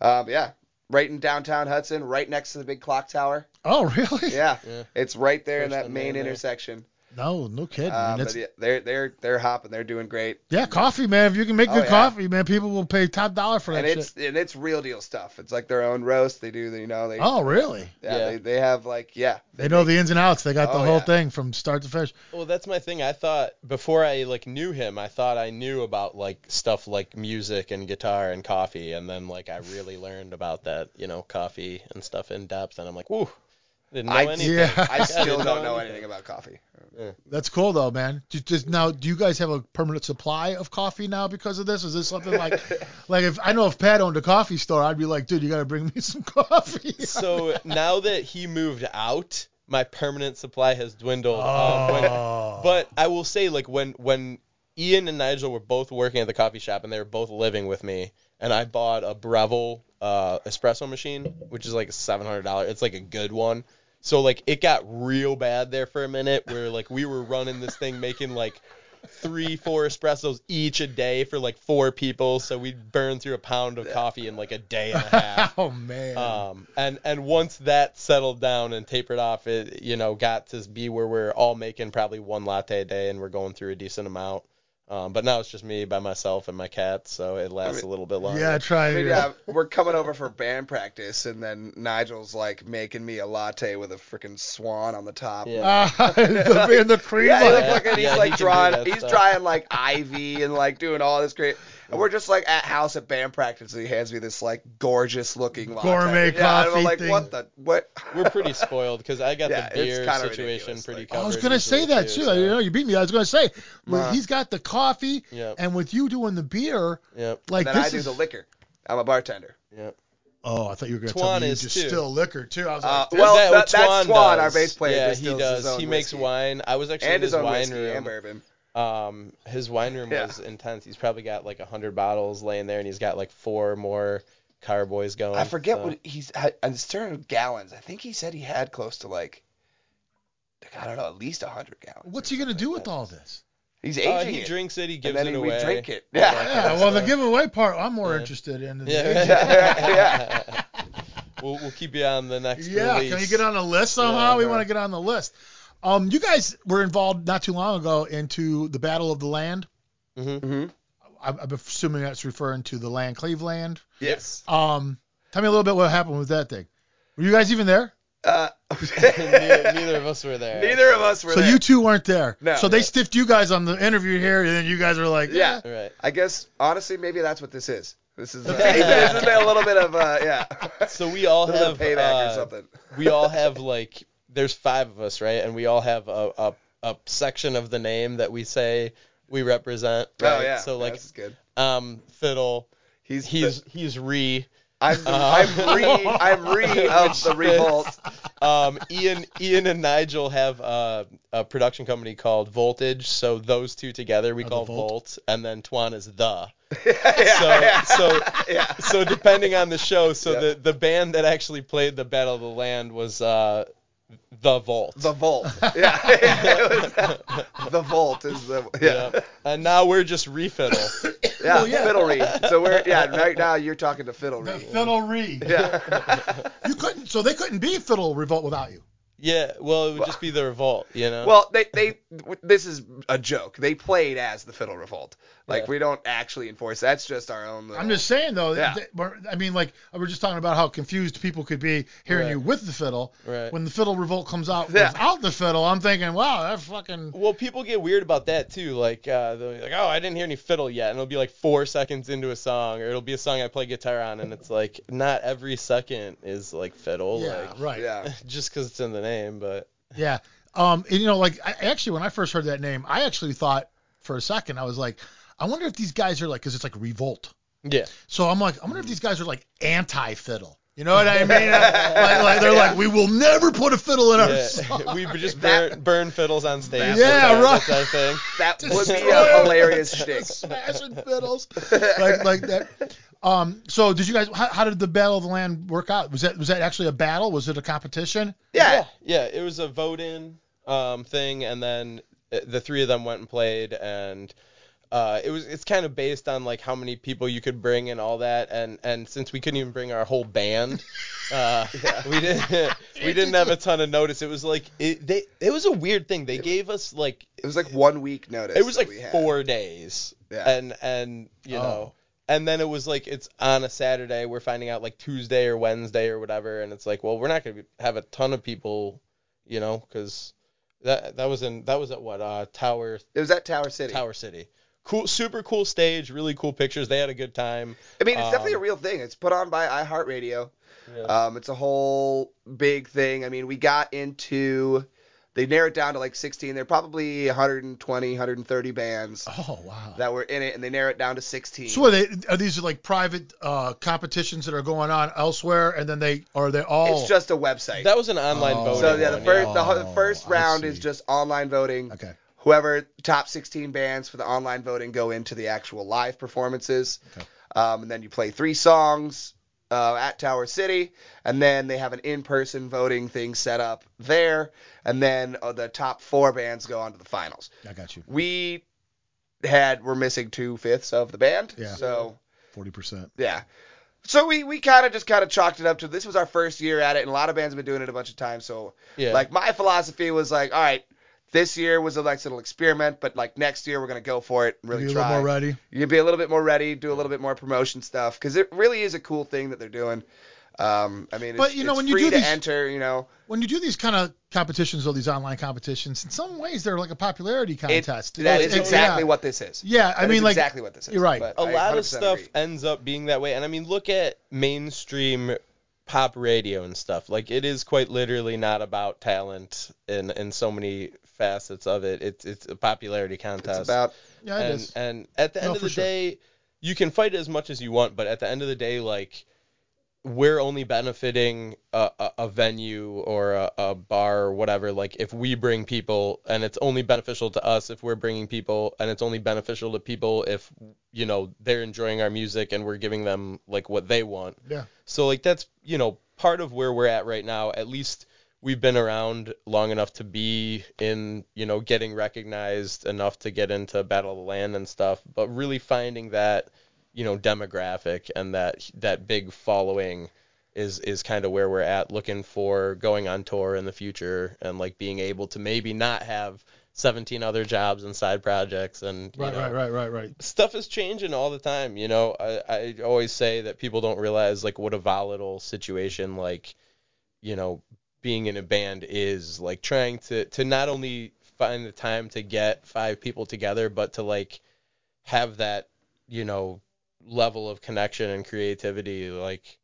S2: Um, yeah, right in downtown Hudson, right next to the big clock tower.
S1: Oh really?
S2: Yeah,
S3: Yeah.
S2: it's right there in
S3: First
S2: that
S3: and
S2: main
S3: main there.
S2: intersection.
S1: No, no kidding.
S2: Um,
S1: That's-
S2: but yeah, they're they're they're hopping, they're doing great,
S1: yeah, coffee, man. If you can make
S2: Oh,
S1: good
S2: yeah.
S1: coffee, man, people will pay top dollar for that
S2: and
S1: shit.
S2: it's and it's real deal stuff. It's like their own roast. They do, you know, they
S1: Oh really?
S2: yeah,
S3: Yeah.
S2: They, they have like yeah,
S1: They know the ins and outs. They got the
S2: Oh,
S1: whole
S2: yeah.
S1: thing from start to finish.
S3: Well, that's my thing. I thought before I like knew him, I thought I knew about like stuff like music and guitar and coffee, and then like I really learned about that, you know, coffee and stuff in depth, and I'm like, woo, didn't know
S2: I-
S3: anything.
S1: Yeah.
S2: I still
S3: didn't
S2: don't
S3: know
S2: know
S3: anything.
S2: anything about coffee.
S1: That's cool though, man. Do- Just now, do you guys have a permanent supply of coffee now because of this? Is this something like, like if I know if Pat owned a coffee store, I'd be like, dude, you gotta bring me some coffee.
S3: So now that he moved out, my permanent supply has dwindled. Um, when-
S1: Oh.
S3: But I will say, like when when Ian and Nigel were both working at the coffee shop and they were both living with me, and I bought a Breville uh, espresso machine, which is like seven hundred dollars. It's like a good one. So like it got real bad there for a minute, where like we were running this thing making like three four espressos each a day for like four people. So we'd burn through a pound of coffee in like a day and a half.
S1: oh man.
S3: Um, and and once that settled down and tapered off, it you know got to be where we're all making probably one latte a day, and we're going through a decent amount. Um, but now it's just me by myself and my cat, so it lasts
S2: mean-
S3: a little bit longer.
S1: yeah, try
S2: I mean,
S1: it.
S2: yeah, we're coming over for band practice, and then Nigel's like making me a latte with a freaking swan on the top.
S3: Yeah.
S1: Ah, the, being the cream.
S2: Yeah, he
S1: on
S2: looked
S1: it.
S2: like- and he's
S3: Yeah, he
S2: like
S3: can do
S2: drawing,
S3: that
S2: he's
S3: stuff.
S2: drawing like ivy and like doing all this great. And we're just like at house at band practice, and he hands me this like gorgeous looking latte.
S1: Gourmet
S2: yeah, and
S1: coffee
S2: I'm like,
S1: thing.
S2: what the what?
S3: We're pretty spoiled because I got
S2: Yeah,
S3: the
S2: it's
S3: beer
S2: kinda
S3: situation
S2: ridiculous,
S3: pretty
S2: like-
S3: covered.
S1: I was gonna say
S3: usually,
S1: that too.
S3: so-
S1: You know, you beat me. I was gonna say, well,
S2: Nah.
S1: he's got the coffee,
S3: Yep.
S1: and with you doing the beer,
S3: Yep.
S1: like
S2: then
S1: this
S2: I do
S1: is.
S2: the liquor. I'm a bartender.
S3: Yep.
S1: oh, I thought you were gonna tell me you
S3: Twan is,
S1: just
S3: too.
S1: still liquor too. I was like,
S2: Uh,
S1: dude,
S2: Well,
S3: That-
S2: that-
S3: what
S2: that's Twan, our
S3: does.
S2: bass player,
S3: Yeah,
S2: just
S3: he
S2: does his
S3: does.
S2: own
S3: He makes
S2: whiskey.
S3: wine. I was actually in
S2: and his own
S3: wine
S2: whiskey
S3: room.
S2: and bourbon.
S3: Um, his wine room
S2: Yeah.
S3: was intense. He's probably got like a hundred bottles laying there, and he's got like four more carboys going.
S2: I forget
S3: so-
S2: what he's I- I'm stirring gallons. I think he said he had close to like, like, I don't know, at least hundred gallons.
S1: what's he gonna do with all this?
S2: He's
S3: Uh,
S2: aging
S3: he
S2: it,
S3: drinks it. He
S2: and
S3: gives
S2: then
S3: it
S2: he
S3: away.
S2: drink it.
S3: Yeah.
S2: Yeah.
S1: Yeah, well, the
S3: So-
S1: giveaway part, I'm more
S3: Yeah.
S1: interested in. than the
S3: Yeah.
S1: agent.
S2: Yeah,
S3: we'll, we'll keep you on the next
S1: yeah,
S3: release.
S1: can you get on the list somehow?
S3: Yeah,
S1: we
S3: bro.
S1: want to get on the list. Um, you guys were involved not too long ago into the Battle of the Land.
S3: Mhm.
S2: Mm-hmm.
S1: I, I'm assuming that's referring to the land, Cleveland.
S2: Yes.
S1: Um, tell me a little bit what happened with that thing. Were you guys even there?
S2: Uh,
S3: neither, neither of us were there.
S2: neither of us were
S1: so
S2: there.
S1: you two weren't there.
S2: No.
S1: so they
S3: Yeah.
S1: stiffed you guys on the interview here, and then you guys were like,
S2: Yeah.
S1: eh.
S3: Right.
S2: I guess honestly, maybe that's what this is. This is uh,
S1: Okay.
S2: isn't it a little bit of uh, yeah,
S3: So we all
S2: a little
S3: have
S2: bit of payback
S3: uh,
S2: or something.
S3: we all have like there's five of us, right? And we all have a a, a section of the name that we say we represent. Right?
S2: Oh yeah.
S3: So like
S2: this is good.
S3: um fiddle.
S2: He's
S3: He's uh-huh. he's re.
S2: I'm I'm re I'm re of the revolt.
S3: um, Ian, Ian and Nigel have uh, a production company called Voltage, so those two together
S2: Oh,
S3: we
S1: the
S3: call
S1: Volt.
S3: Volt. and then Twan is the.
S2: yeah, yeah,
S3: So, so,
S2: yeah.
S3: so depending on the show, so
S2: Yeah.
S3: the the band that actually played the Battle of the Land was uh, the vault.
S2: The Vault. Yeah. It was- the Vault is the yeah.
S3: Yep. And now we're just refiddle.
S2: Yeah,
S1: Well, Oh, yeah.
S2: fiddlery. So we're yeah, right now you're talking to
S1: The
S2: fiddlery.
S1: fiddlery.
S2: Yeah.
S1: You couldn't, so they couldn't be fiddle revolt without you.
S3: yeah, well, it would just be the revolt, you know.
S2: Well, they they this is a joke. They played as the Fiddle Revolt. Like
S3: Yeah.
S2: we don't actually enforce. That's just our own. Little,
S1: I'm just saying though.
S2: Yeah.
S1: that- but, I mean, like we were just talking about how confused people could be hearing
S3: Right.
S1: you with the fiddle.
S3: right.
S1: When the fiddle revolt comes out
S2: Yeah.
S1: without the fiddle, I'm thinking, wow, that fucking.
S3: well, people get weird about that too. Like, uh, they'll be like, "Oh, I didn't hear any fiddle yet," and it'll be like four seconds into a song, or it'll be a song I play guitar on, and it's like not every second is like fiddle.
S1: yeah,
S3: like,
S1: right.
S2: yeah.
S3: just because it's in the name, but
S1: Yeah. Um, and you know, like I actually, when I first heard that name, I actually thought for a second, I was like, I wonder if these guys are like, cause it's like revolt.
S3: yeah,
S1: So I'm like, I wonder if these guys are like anti fiddle. You know what I mean? like, like they're like, we will never put a fiddle in our song.
S3: yeah. we would just burn, burn fiddles on stage.
S1: Yeah,
S3: sometimes,
S1: right.
S3: That's our thing.
S2: That would be
S1: Destroy
S2: a
S1: our-
S2: hilarious shtick.
S1: Smashing fiddles like like that. Um, so did you guys? How, how did the Battle of the Land work out? Was that was that actually a battle? Was it a competition?
S2: Yeah.
S3: yeah, It was a vote in um, thing, and then uh, the three of them went and played, and uh, it was it's kind of based on like how many people you could bring and all that, and and since we couldn't even bring our whole band, uh, we didn't we didn't have a ton of notice. It was like it they it was a weird thing. They gave us like
S2: It was like one week notice.
S3: it was
S2: that
S3: like
S2: we had.
S3: four days
S2: Yeah.
S3: and and you
S1: Oh.
S3: know and then it was like it's on a saturday we're finding out like tuesday or wednesday or whatever and it's like well we're not going to have a ton of people you know because that that was in that was at what uh tower
S2: It was at Tower City.
S3: tower city cool super cool stage really cool pictures they had a good time
S2: I mean, it's definitely a
S3: Um,
S2: real thing. It's put on by iHeartRadio.
S3: yeah,
S2: Um, it's a whole big thing. I mean, we got into. They narrowed down to like 16. There are probably 120, 130 bands
S3: Uh.
S1: Oh wow.
S2: that were in it, and they narrowed it down to 16.
S1: so are they are these like private uh, competitions that are going on elsewhere, and then they are they all?
S2: It's just a website.
S3: that was an online
S1: Oh.
S3: voting
S2: So yeah, the
S3: one,
S2: first the, ho- the
S1: Oh,
S2: first
S1: I
S2: round is
S1: see.
S2: just online voting.
S1: okay.
S2: Whoever top 16 bands for the online voting go into the actual live performances,
S1: Okay.
S2: um, and then you play three songs uh, at Tower City, and then they have an in-person voting thing set up there, and then uh, the top four bands go on to the finals.
S1: I got you.
S2: We had we're missing two fifths of the band,
S1: Yeah.
S2: so
S1: Forty percent.
S2: yeah. So we, we kind of just kind of chalked it up to this was our first year at it, and a lot of bands have been doing it a bunch of times, so
S3: yeah
S2: like my philosophy was like, all right, this year was a like little experiment, but like next year we're gonna go for it. and Really
S1: Are you a
S2: try.
S1: little more ready?
S2: You'd be a little bit more ready, do a little bit more promotion stuff, because it really is a cool thing that they're doing. Um, I mean, it's,
S1: But, you know,
S2: it's
S1: when you
S2: free
S1: do
S2: to
S1: these-
S2: enter, you know,
S1: When you do these kind of competitions, though, these online competitions, in some ways they're like a popularity
S2: it,
S1: contest. You know,
S2: that
S1: it's-
S2: is
S1: it's-
S2: exactly
S1: yeah.
S2: what this is.
S1: Yeah, I
S2: That is
S1: mean, like
S2: exactly what this is.
S1: you're right.
S2: but
S3: a
S2: I
S3: lot of
S2: 100%
S3: stuff
S2: agree.
S3: ends up being that way. And I mean, look at mainstream pop radio and stuff. Like it is quite literally not about talent in in so many facets of it. It's it's a popularity
S2: It's
S3: contest.
S2: about
S1: yeah, it
S3: and
S1: is.
S3: and at the
S1: No,
S3: end of
S1: for
S3: the
S1: sure.
S3: day, you can fight as much as you want, but at the end of the day, like we're only benefiting a, a, a venue or a, a bar or whatever. Like if we bring people, and it's only beneficial to us if we're bringing people, and it's only beneficial to people if you know they're enjoying our music and we're giving them like what they want.
S1: Yeah.
S3: So like that's you know part of where we're at right now. At least we've been around long enough to be in you know getting recognized enough to get into Battle of the Land and stuff. But really finding that you know demographic and that that big following is is kind of where we're at. Looking for going on tour in the future and like being able to maybe not have 17 other jobs and side projects and you
S1: Right,
S3: know,
S1: right, right, right, right.
S3: stuff is changing all the time. You know, I, I always say that people don't realize like what a volatile situation like, you know, being in a band is like trying to to not only find the time to get five people together, but to like have that you know level of connection and creativity like.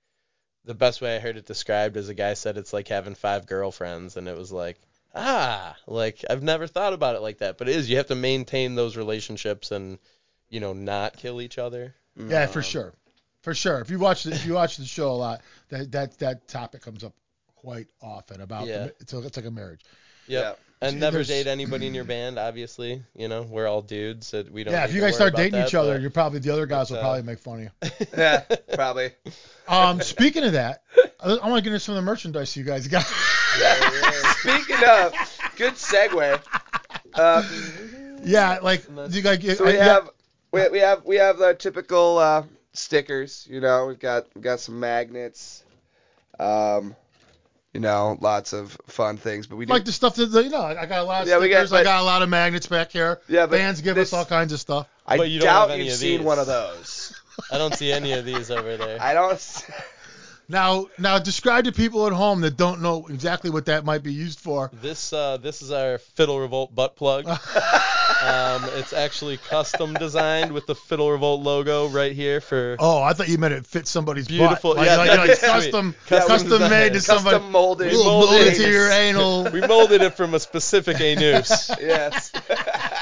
S3: The best way I heard it described is a guy said it's like having five girlfriends, and it was like, ah, like I've never thought about it like that, but it is. You have to maintain those relationships and you know, not kill each other.
S2: mm.
S1: Yeah, for
S3: Um,
S1: sure, for sure. If you watch the, if you watch the show a lot, that that that topic comes up quite often about the
S3: Yeah.
S1: ma- it's, it's like a marriage.
S2: Yeah.
S3: Yep. And
S1: See,
S3: never
S1: there's-
S3: date anybody in your band, obviously. You know, we're all dudes, so we don't.
S1: yeah,
S3: need
S1: if you
S3: to
S1: guys
S3: worry
S1: start
S3: about
S1: dating
S3: that,
S1: each other,
S3: but-
S1: you're probably the other guys will
S3: But, uh,
S1: probably make fun of you.
S2: yeah, probably.
S1: Um, speaking of that, I, I want to get into some of the merchandise you guys got.
S2: Yeah, yeah, Speaking of, good segue. Uh,
S1: Yeah, like
S3: That's-
S1: you like
S2: so we
S1: yeah,
S2: have we, we have we have the typical uh, stickers. You know, we've got we've got some magnets. Um, you know, lots of fun things. But we do,
S1: like the stuff that you know. I I got a lot of
S2: Yeah, we got,
S1: stickers. I
S2: but-
S1: got a lot of magnets back here.
S2: yeah, but
S1: Fans give us
S2: this-
S1: all kinds of stuff.
S2: I
S3: But you don't
S2: doubt
S3: have any
S2: you've
S3: of
S2: seen
S3: these.
S2: one of those.
S3: I don't see any of these over there.
S2: I don't. s-
S1: Now, now describe to people at home that don't know exactly what that might be used for.
S3: This uh, this is our Fiddle Revolt butt plug. um, it's actually custom designed with the Fiddle Revolt logo right here for
S1: Oh, I thought you meant it fits somebody's
S3: Beautiful,
S1: butt. Like,
S3: yeah,
S1: like,
S3: that'd be
S1: like
S3: sweet.
S1: custom,
S3: Custom
S1: custom
S3: design.
S1: made to somebody.
S2: Custom molded.
S1: We'll
S3: molded.
S1: mold it to your anal.
S3: we molded it from a specific anus.
S2: Yes.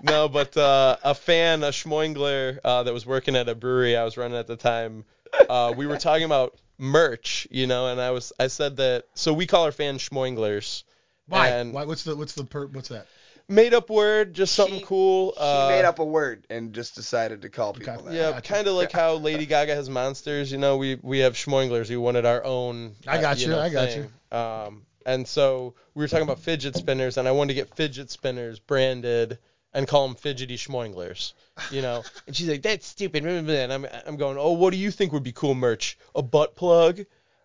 S3: No, but uh, a fan, a schmoingler uh, that was working at a brewery I was running at the time, uh, we were talking about merch, you know, and I was I said that so we call our fans schmoinglers.
S1: Why?
S3: And
S1: Why? What's the what's the per, what's that?
S3: made up word, just something
S2: She-
S3: cool. uh,
S2: she made up a word and just decided to call people that.
S3: Yeah,
S1: Gotcha.
S3: kind of like how Lady Gaga has monsters. You know, we we have schmoinglers. We wanted our own.
S1: I
S3: uh,
S1: got you,
S3: know,
S1: I got
S3: thing. Um, and so we were talking about fidget spinners, and I wanted to get fidget spinners branded and call them fidgety schmoinglers. You know, and she's like, "That's stupid." blah, blah, blah," And I'm I'm going, "Oh, what do you think would be cool merch? A butt plug."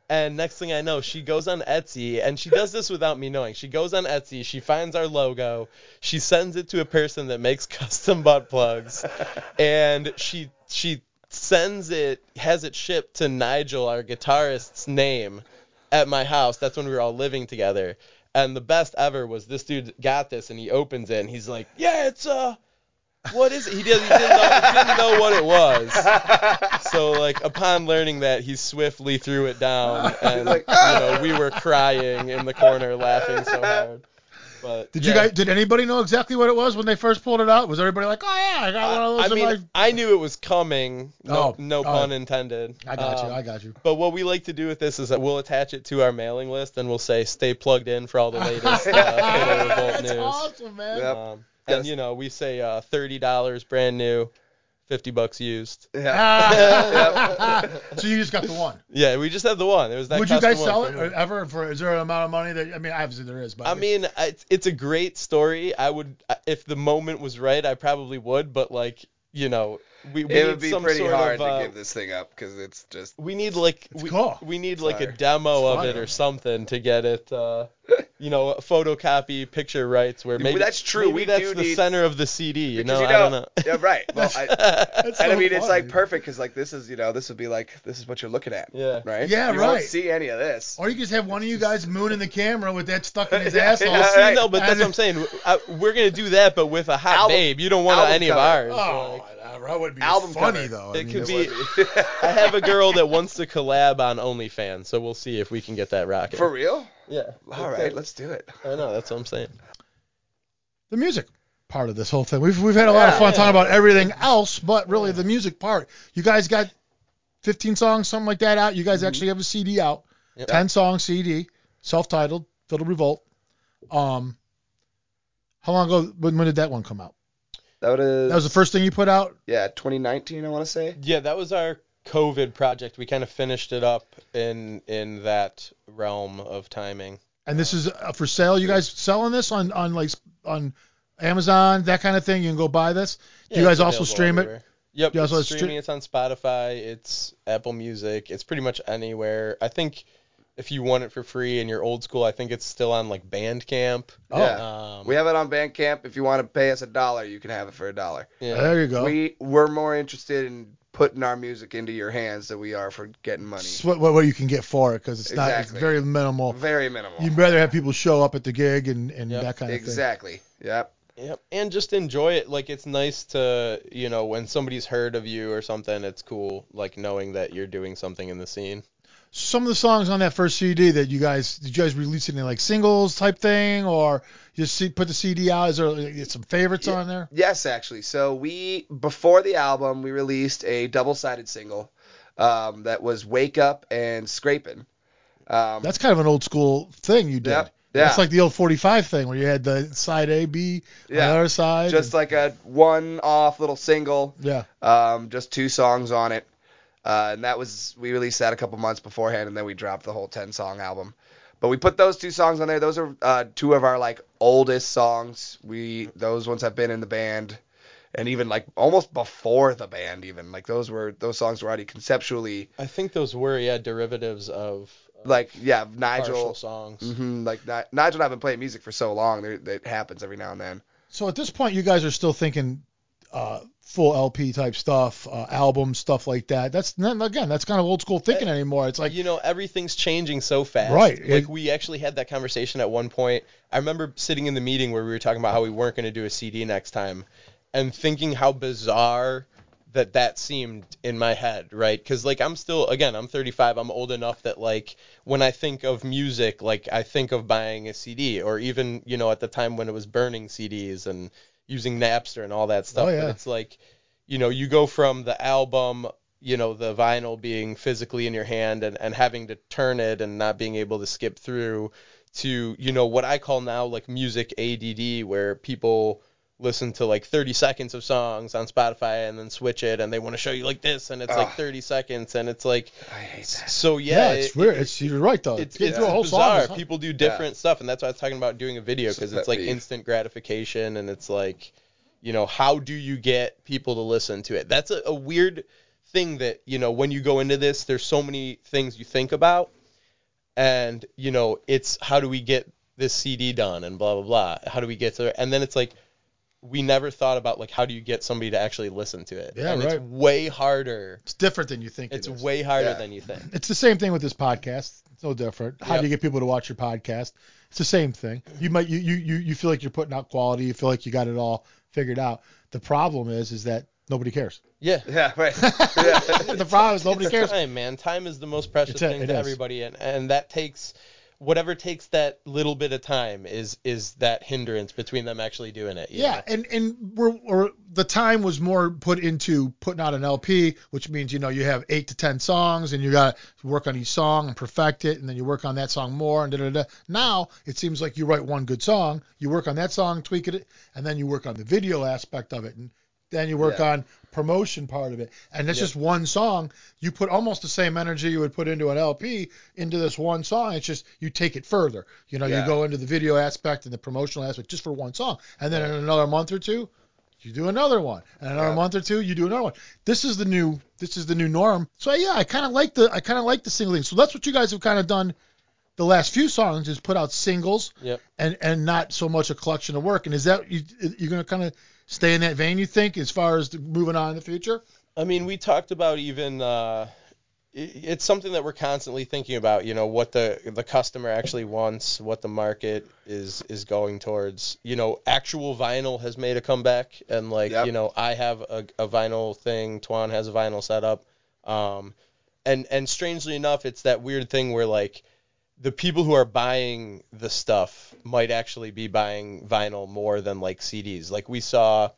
S3: And next thing I know, she goes on Etsy, and she does this without me knowing. She goes on Etsy, she finds our logo, she sends it to a person that makes custom butt plugs, and she she sends it, has it shipped to Nigel, our guitarist's name, at my house. That's when we were all living together. And the best ever was this dude got this, and he opens it, and he's like, "Yeah, it's uh, what is it?" He didn't, he didn't, know, he didn't know what it was so like upon learning that he swiftly threw it down and
S2: like,
S3: you know we were crying in the corner laughing so hard but
S1: Did
S3: yeah.
S1: you guys? Did anybody know exactly what it was when they first pulled it out? Was everybody like, oh yeah, I got one of
S3: I,
S1: those?
S3: I
S1: in
S3: mean
S1: my...
S3: i knew it was coming no,
S1: Oh,
S3: no
S1: oh.
S3: pun intended
S1: I got
S3: Um,
S1: you. I got you.
S3: but what we like to do with this is that we'll attach it to our mailing list and we'll say stay plugged in for all the latest uh, Fiddle Revolt
S1: That's
S3: news
S1: awesome, man.
S2: Yep.
S3: um,
S2: Yes.
S3: and you know we say uh, $30 brand new 50 bucks used
S2: Yeah.
S1: Ah. so you just got the one.
S3: yeah we just have the one it was that
S1: Would you
S3: custom
S1: guys
S3: one
S1: sell
S3: for
S1: it or
S3: me.
S1: ever for? Is there an amount of money that I mean? Obviously there is, but
S3: I mean, it's, it's a great story. I would, if the moment was right, I probably would. But like, you know, we, we
S2: It
S3: need
S2: would be
S3: some
S2: pretty
S3: sort
S2: hard
S3: of, uh,
S2: to give this thing up because it's just.
S3: we need like we,
S1: cool.
S3: we need like a
S2: fire.
S3: demo
S1: It's
S3: of it
S1: fire.
S3: or something to get it, uh, you know, a photocopy picture rights where
S2: Well,
S3: maybe
S2: that's true.
S3: maybe
S2: We
S3: that's
S2: do
S3: the
S2: need-
S3: center of the CD. You know,
S2: Because,
S3: I don't know.
S2: Yeah, right. Well, I,
S1: That's
S2: and I
S1: so
S2: mean, it's like
S1: funny.
S2: perfect because like this is you know this would be like this is what you're looking at.
S3: Yeah.
S2: Right.
S1: Yeah,
S2: you won't
S1: right.
S2: see any of this.
S1: Or you just have one of you guys mooning the camera with that stuck in his
S2: Yeah,
S1: asshole.
S2: yeah,
S3: See,
S2: right.
S3: no, but that's what I'm saying. I, we're gonna do that, but with a hot
S2: Album-
S3: babe. You don't want
S2: album
S3: any of
S2: cover.
S3: ours.
S1: Oh, that would be
S2: Album
S1: funny
S2: cover.
S1: though. I
S3: It
S1: mean,
S3: could
S1: it
S3: be. I have a girl that wants to collab on OnlyFans, so we'll see if we can get that rocket.
S2: For real?
S3: yeah.
S2: All right, let's do it.
S3: I know. That's what I'm saying.
S1: the music part of this whole thing. We've we've had a lot of
S2: Yeah.
S1: fun talking about everything else, but really the music part. You guys got 15 songs, something like that out. You guys actually have a CD out,
S3: Yep.
S1: 10 song CD, self-titled Fiddle Revolt. Um, how long ago? When, when did that one come out?
S2: That is.
S1: That was the first thing you put out.
S2: Yeah, 2019, I want to say.
S3: Yeah, that was our COVID project. We kind of finished it up in in that realm of timing.
S1: And this is uh, for sale. You guys selling this on on like on Amazon, that kind of thing. You can go buy this. Do you
S3: Yeah,
S1: guys
S3: it's
S1: also
S3: available
S1: stream it?
S3: everywhere. Yep.
S1: You also
S3: it's
S1: stre-
S3: streaming. It's on Spotify. It's Apple Music. It's pretty much anywhere. I think if you want it for free and you're old school, I think it's still on like Bandcamp.
S1: Oh.
S2: Yeah.
S3: Um,
S2: We have it on Bandcamp. If you want to pay us a dollar, you can have it for a dollar.
S3: yeah.
S1: There you go.
S2: We we're more interested in putting our music into your hands than we are for getting money.
S1: It's what, what what you can get for it because it's not it's
S2: Exactly.
S1: very minimal.
S2: Very minimal.
S1: You'd rather have people show up at the gig and, and
S3: Yep.
S1: that kind of
S2: exactly. Yep.
S3: Yep. And just enjoy it. Like it's nice to, you know, when somebody's heard of you or something, it's cool like knowing that you're doing something in the scene.
S1: thing. Some of the songs on that first CD that you guys did you guys release it in like singles type thing or just see, put the CD out? Is there like, some favorites on there?
S2: Yes, actually. So we before the album, we released a double-sided single um, that was "Wake Up" and "Scrapin'." Um,
S1: That's kind of an old school thing you did.
S2: Yep.
S1: That's
S2: Yeah.
S1: like the old 45 thing where you had the side A, B on
S2: Yeah.
S1: the other side.
S2: just like a one-off little single.
S1: yeah.
S2: Um, just two songs on it. Uh, and that was we released that a couple months beforehand, and then we dropped the whole ten song album. But we put those two songs on there. Those are uh, two of our like oldest songs. We those ones have been in the band, and even like almost before the band. Even like those were those songs were already conceptually
S3: I think those were yeah derivatives of of
S2: like yeah
S3: partial
S2: Nigel.
S3: songs.
S2: hmm like Ni- Nigel and I've been playing music for so long. There, that happens every now and then.
S1: So at this point, you guys are still thinking uh, full LP type stuff, uh, album stuff like that. That's not, again, that's kind of old school thinking
S2: Eh,
S1: anymore. It's like
S3: you know everything's changing so fast
S1: Right,
S3: like
S1: it-
S3: we actually had that conversation at one point i remember sitting in the meeting where we were talking about how we weren't going to do a cd next time and thinking how bizarre that that seemed in my head right because like i'm still again i'm 35 i'm old enough that like when i think of music like i think of buying a cd or even you know at the time when it was burning cds and using napster and all that stuff
S1: Oh, yeah.
S3: but it's like you know you go from the album you know the vinyl being physically in your hand and, and having to turn it and not being able to skip through to you know what i call now like music add where people listen to like 30 seconds of songs on spotify and then switch it and they want to show you like this and it's like
S2: Ugh.
S3: 30 seconds and it's like
S2: I hate that.
S3: so yeah,
S1: Ah. yeah, it's
S3: it-
S1: weird. it's you're right though.
S3: it's,
S1: Getting
S3: it's
S1: through a whole song is
S3: bizarre.
S1: hard.
S3: People do different stuff, and that's why I was talking about doing a video
S2: It's a
S3: because
S2: pet
S3: it's like
S2: peeve.
S3: instant gratification, and it's like, you know, how do you get people to listen to it? That's a, a weird thing that you know when you go into this, there's so many things you think about, and you know, it's how do we get this CD done and blah blah blah. How do we get to it? And then it's like. We never thought about like how do you get somebody to actually listen to it,
S1: Yeah,
S3: and
S1: right.
S3: it's way harder.
S1: It's different than you think.
S3: It's
S1: it is.
S3: way harder
S2: Yeah.
S3: than you think.
S1: It's the same thing with this podcast. It's no different. How do
S3: Yep.
S1: you get people to watch your podcast? It's the same thing. You might you you you you feel like you're putting out quality. You feel like you got it all figured out. The problem is is that nobody cares.
S3: Yeah,
S2: Yeah, right. yeah.
S1: the problem is nobody cares.
S3: time, man. Time is the most precious
S1: It's a-
S3: thing
S1: it
S3: to
S1: is.
S3: everybody, and, and that takes whatever takes that little bit of time is is that hindrance between them actually doing it. you
S1: Yeah,
S3: know?
S1: and and we're, we're the time was more put into putting out an LP, which means you know you have eight to ten songs, and you got to work on each song and perfect it, and then you work on that song more, and da da da. Now it seems like you write one good song, you work on that song, tweak it, and then you work on the video aspect of it, and then you work
S2: Yeah.
S1: on promotion part of it, and that's
S3: Yeah.
S1: just one song. You put almost the same energy you would put into an LP into this one song. It's just you take it further. You know,
S2: Yeah.
S1: you go into the video aspect and the promotional aspect just for one song, and then in another month or two, you do another one, and another
S2: Yeah.
S1: month or two, you do another one. This is the new this is the new norm. So yeah, I kind of like the I kind of like the singling. So that's what you guys have kind of done. The last few songs is put out singles,
S3: Yep.
S1: and and not so much a collection of work. And is that you you're gonna kind of stay in that vein? You think as far as the, moving on in the future?
S3: I mean, we talked about even uh, i- it's something that we're constantly thinking about. You know, what the the customer actually wants, what the market is is going towards. You know, actual vinyl has made a comeback, and like
S2: Yep.
S3: you know, I have a, a vinyl thing. Tuan has a vinyl setup. Um, and and strangely enough, it's that weird thing where like the people who are buying the stuff might actually be buying vinyl more than like CDs. Like we saw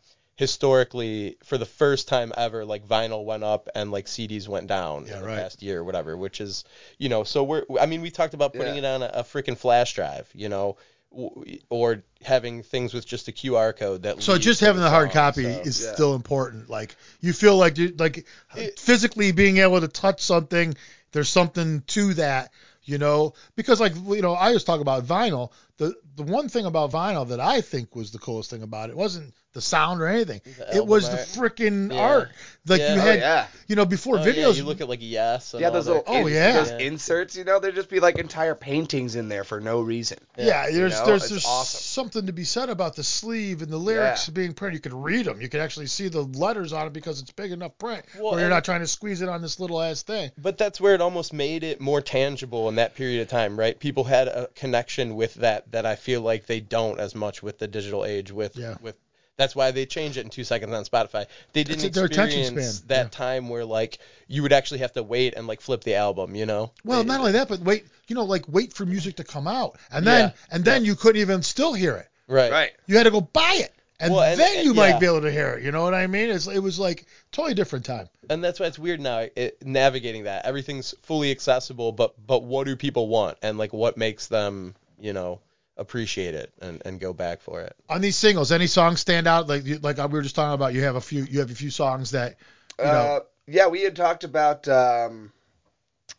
S3: historically for the first time ever like vinyl went up and like CDs went down
S1: Yeah,
S3: in the
S1: right.
S3: past year or whatever, which is, you know, so we're I mean we talked about putting
S2: Yeah.
S3: it on a, a freaking flash drive, you know, w- or having things with just a QR code that
S1: So
S3: leads
S1: just
S3: to
S1: having the hard
S3: song,
S1: copy
S3: Oh, so-
S1: is
S2: yeah.
S1: still important. Like you feel like you like
S3: It-
S1: physically being able to touch something. There's something to that, you know, because like you know, I always talk about vinyl. The the one thing about vinyl that I think was the coolest thing about it wasn't the sound or anything.
S3: The
S1: It was the
S3: album
S1: freaking
S3: Yeah.
S1: art. Like
S3: Yeah.
S1: you
S2: Oh,
S1: had,
S2: yeah.
S1: you know, before
S3: Oh, yeah,
S1: videos.
S3: you look at like yes and
S2: Yeah,
S3: all
S2: those
S3: that
S2: little
S1: Oh,
S2: in-
S1: yeah.
S2: those
S3: Yeah.
S2: inserts, you know, there'd just be like entire paintings in there for no reason.
S1: yeah, there's
S2: know,
S1: there's
S2: it's
S1: there's
S2: awesome.
S1: something to be said about the sleeve and the lyrics
S2: Yeah.
S1: being printed. You could read them. You could actually see the letters on it because it's big enough print.
S3: Well,
S1: where you're
S3: and-
S1: not trying to squeeze it on this little ass thing.
S3: But that's where it almost made it more tangible in that period of time, right? People had a connection with that that I feel like they don't as much with the digital age. With
S1: Yeah.
S3: with that's why they changed it in two seconds on Spotify. They didn't
S1: their attention
S3: experience
S1: span,
S3: that
S1: yeah.
S3: time where like you would actually have to wait and like flip the album, you know?
S1: Well,
S3: They-
S1: not only that, but wait, you know, like wait for music to come out, and then
S3: Yeah,
S1: and then
S3: yeah.
S1: you couldn't even still hear it.
S3: right.
S2: Right.
S1: You had to go buy it, and
S3: Well, and-
S1: then
S3: and-
S1: you might
S3: yeah.
S1: be able to hear it. You know what I mean? It's, it was like totally different time.
S3: and that's why it's weird now it, navigating that everything's fully accessible but but what do people want and like what makes them you know appreciate it and, and go back for it
S1: On these singles, any songs stand out? Like you, like uh, we were just talking about, you have a few you have a few songs that you know.
S2: Uh, yeah, we had talked about um,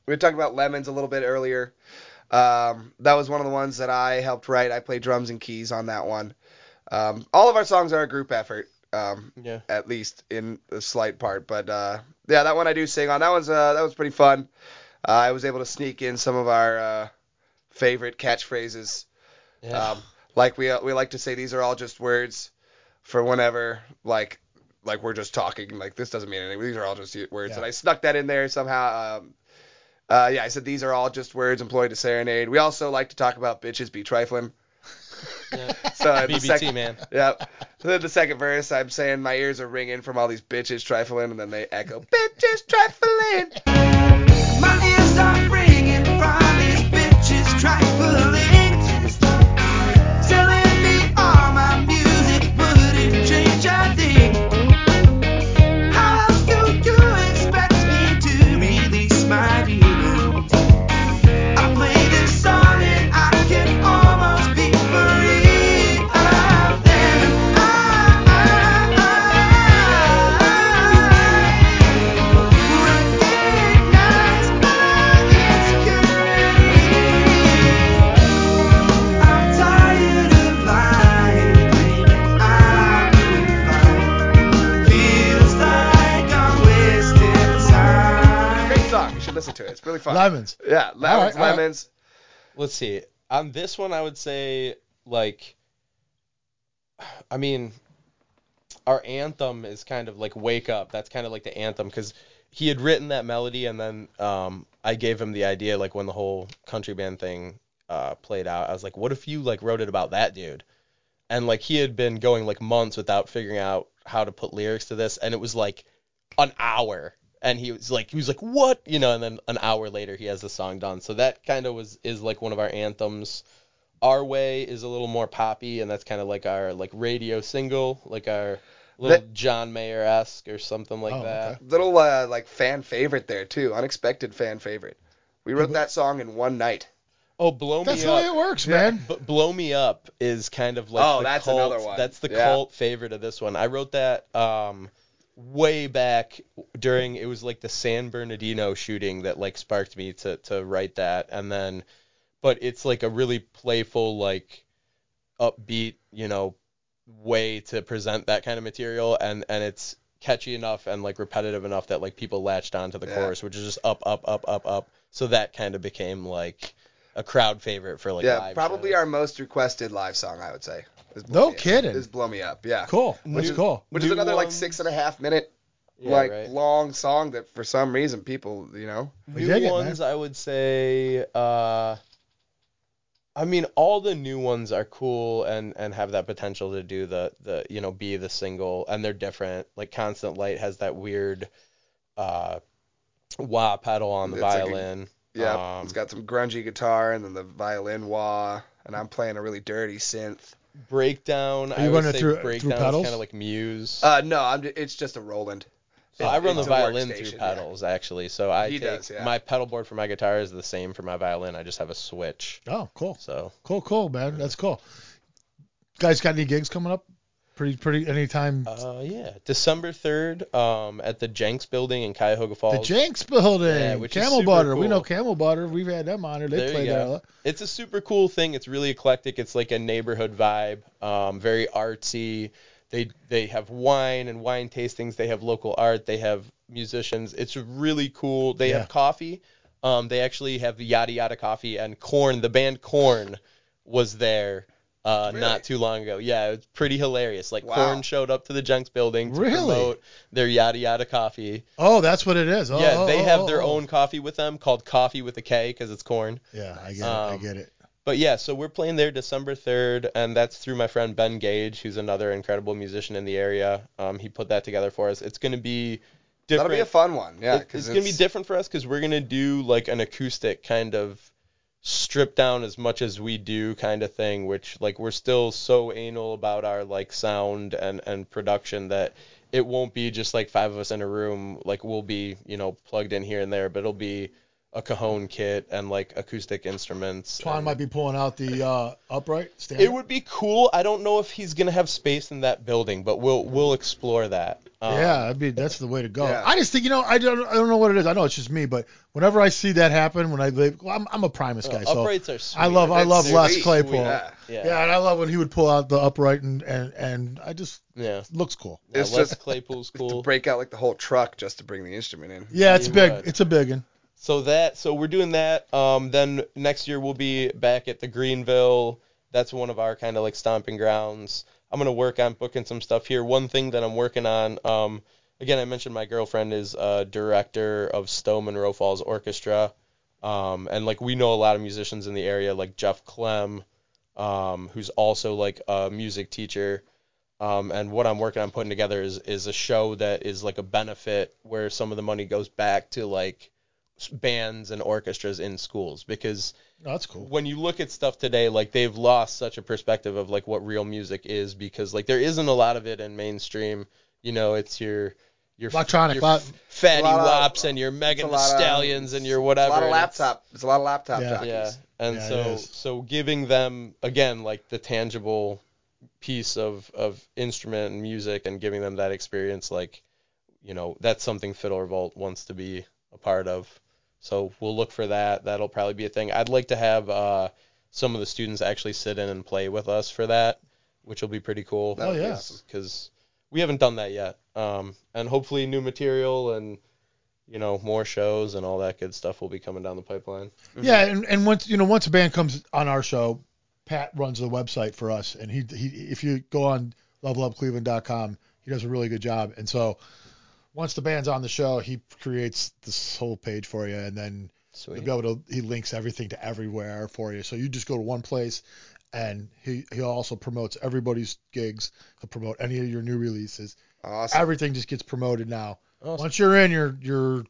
S2: we had talked about lemons a little bit earlier. Um, that was one of the ones that I helped write. I played drums and keys on that one. Um, all of our songs are a group effort. Um,
S3: Yeah.
S2: at least in the slight part. But uh, yeah, that one I do sing on. That one's uh, that was pretty fun. Uh, I was able to sneak in some of our uh, favorite catchphrases.
S3: Yeah.
S2: Um, like we uh, we like to say these are all just words for whenever like like we're just talking like this doesn't mean anything. These are all just words,
S1: Yeah.
S2: and I snuck that in there somehow. Um, uh, yeah, I said these are all just words employed to serenade. We also like to talk about bitches be trifling.
S3: yeah.
S2: So in the
S3: BBT
S2: second,
S3: man.
S2: Yep. So then the second verse, I'm saying my ears are ringing from all these bitches trifling, and then they echo, bitches trifling.
S4: My ears are ringing from these bitches trifling. Selling me all my music wouldn't change a thing. How else do you expect me to release my demons? I play this song and I can almost be free of them. I, Recognize my insecurities. I'm tired of lying, claiming I'm fine. Feels like I'm wasting time.
S2: Great song. You should listen to it. It's really fun.
S1: Lemons.
S2: Yeah, lemons,
S1: All right, all right.
S2: lemons.
S3: Let's see. On this one, I would say like, I mean, our anthem is kind of like "Wake Up." That's kind of like the anthem because he had written that melody, and then um, I gave him the idea like when the whole country band thing uh, played out. I was like, "What if you like wrote it about that dude?" And like he had been going like months without figuring out how to put lyrics to this, and it was like an hour and he was like he was like what you know and then an hour later he has the song done so that kind of was is like one of our anthems our way is a little more poppy and that's kind of like our like radio single like our little john mayer-esque or something like
S1: Oh,
S3: that
S1: okay.
S2: Little uh, like fan favorite there too. Unexpected fan favorite. We
S1: Mm-hmm.
S2: wrote that song in one night.
S3: oh blow
S1: That's
S3: me
S1: the
S3: up
S1: way it works,
S2: Yeah.
S1: man.
S3: But Blow Me Up is kind of like
S2: Oh,
S3: the
S2: that's
S3: cult,
S2: another one.
S3: That's the
S2: Yeah.
S3: cult favorite of this one. I wrote that um way back during it was like the San Bernardino shooting that like sparked me to to write that and then but it's like a really playful like upbeat, you know, way to present that kind of material and and it's catchy enough and like repetitive enough that like people latched onto the
S2: Yeah.
S3: chorus which is just up up up up up so that kind of became like a crowd favorite for like
S2: yeah,
S3: live
S2: probably
S3: shows.
S2: our most requested live song, I would say. is Blow
S1: No
S2: Me Up.
S1: kidding.
S2: Is blow me up. Yeah.
S1: Cool.
S3: Which
S1: That's
S3: is-
S1: cool.
S2: Which is
S3: New
S2: another like
S3: ones.
S2: six and a half minute
S3: Yeah,
S2: like
S3: right.
S2: long song that for some reason people you know
S1: We
S3: new
S1: dig it, man.
S3: ones I would say uh I mean all the new ones are cool and and have that potential to do the the you know be the single and they're different like Constant Light has that weird uh wah pedal on the
S2: It's like a-
S3: violin
S2: Yeah,
S3: Um,
S2: it's got some grungy guitar and then the violin wah, and I'm playing a really dirty synth.
S3: breakdown
S1: you
S3: I would
S1: running it
S3: say
S1: through- through
S3: breakdown is
S1: pedals?
S3: kind of like Muse
S2: Uh, no, I'm ju- it's just a Roland.
S3: so I run the
S2: it's a
S3: violin
S2: workstation,
S3: through
S2: yeah.
S3: pedals actually so I
S2: He
S3: take
S2: does, yeah.
S3: my pedal board for my guitar is the same for my violin I just have a switch
S1: Oh, cool.
S3: so
S1: Cool, cool, man. That's cool. Guys, got any gigs coming up? Pretty, pretty. Anytime.
S3: Uh, yeah, December third, um, at the Jenks Building in Cuyahoga
S1: the
S3: Falls.
S1: Jenks Building.
S3: Yeah, which is
S1: Camel
S3: super
S1: Butter. We
S3: cool.
S1: know Camel Butter. We've had them on here. They
S3: There you
S1: play there. a
S3: go.
S1: lot.
S3: it's a super cool thing. It's really eclectic. It's like a neighborhood vibe. Um, very artsy. They they have wine and wine tastings. They have local art. They have musicians. It's really cool. They
S1: Yeah.
S3: have coffee. Um, they actually have Yada Yada Coffee and Corn. The band Corn was there. Uh,
S2: Really?
S3: Not too long ago. Yeah, it's pretty hilarious. Like
S2: Wow.
S3: Corn showed up to the Jenks building to
S1: Really?
S3: promote their Yada Yada Coffee.
S1: Oh, that's what it is. Oh,
S3: yeah,
S1: oh,
S3: they
S1: oh,
S3: have
S1: oh,
S3: their
S1: oh.
S3: own coffee with them called Coffee with a K because it's corn.
S1: Yeah, I get it. I
S3: Um,
S1: get it.
S3: But yeah, so we're playing there December 3rd, and that's through my friend Ben Gage, who's another incredible musician in the area. Um, he put that together for us. It's going to be different.
S2: That'll be a fun one. Yeah,
S3: it- it's, going to be different for us because we're going to do like an acoustic kind of stripped down as much as we do kind of thing, which like we're still so anal about our like sound and, and production that it won't be just like five of us in a room. Like we'll be, you know, plugged in here and there, but it'll be a cajon kit and like acoustic instruments.
S1: Twan
S3: and-
S1: might be pulling out the uh, upright stand.
S3: it would be cool. I don't know if he's gonna have space in that building, but we'll we'll explore that. Um,
S1: yeah, I mean that's the way to go.
S2: Yeah.
S1: I just think you know I don't I don't know what it is. I know it's just me, but whenever I see that happen, when I live, well, I'm, I'm a Primus guy, so
S3: uprights are sweet.
S1: I love I
S2: That's
S1: love Les
S2: sweet.
S1: Claypool.
S3: Sweet.
S1: Yeah.
S2: Yeah.
S3: Uh, yeah.
S1: and I love when he would pull out the upright and and and I just
S3: yeah.
S1: looks cool.
S3: Yeah,
S2: It's
S3: Les
S2: just-
S3: Claypool's
S2: To
S3: cool.
S2: break out like the whole truck just to bring the instrument in.
S1: Yeah, it's
S3: He
S1: big.
S3: would.
S1: It's a big one.
S3: So that so we're doing that. Um, then next year we'll be back at the Greenville. That's one of our kind of like stomping grounds. I'm gonna work on booking some stuff here. One thing that I'm working on. Um, again, I mentioned my girlfriend is a director of Stowe Monroe Falls Orchestra. Um, and like we know a lot of musicians in the area, like Jeff Clem, um, who's also like a music teacher. Um, and what I'm working on putting together is is a show that is like a benefit where some of the money goes back to like s- bands and orchestras in schools because
S1: No, Oh, that's cool.
S3: when you look at stuff today like they've lost such a perspective of like what real music is because like there isn't a lot of it in mainstream you know it's your your
S1: Electronic,
S3: your
S1: lot-
S3: fatty
S2: It's a lot of-
S3: wops and your
S2: a
S3: Megan Thee
S2: lot of-
S3: Stallions and your
S2: It's
S3: whatever
S2: a lot of
S3: and it's-
S2: laptop. It's a lot of laptop
S1: Yeah.
S2: jockeys.
S3: yeah. And
S1: Yeah, it
S3: so
S1: is.
S3: so giving them again like the tangible piece of of instrument and music and giving them that experience like you know that's something Fiddle Revolt wants to be a part of. So we'll look for that. That'll probably be a thing. I'd like to have uh some of the students actually sit in and play with us for that, which will be pretty cool
S1: Oh,
S2: That would be
S1: yeah.
S2: awesome.
S3: cuz we haven't done that yet. Um and hopefully new material and you know more shows and all that good stuff will be coming down the pipeline.
S1: Yeah, and, and once you know, once a band comes on our show, Pat runs the website for us, and he he if you go on levelupcleveland.com, he does a really good job. And so once the band's on the show, he creates this whole page for you, and then
S3: Sweet.
S1: you'll be able to he links everything to everywhere for you. So you just go to one place, and he he also promotes everybody's gigs. He'll promote any of your new releases.
S2: Awesome.
S1: Everything just gets promoted now.
S3: Awesome.
S1: Once you're in, you're you're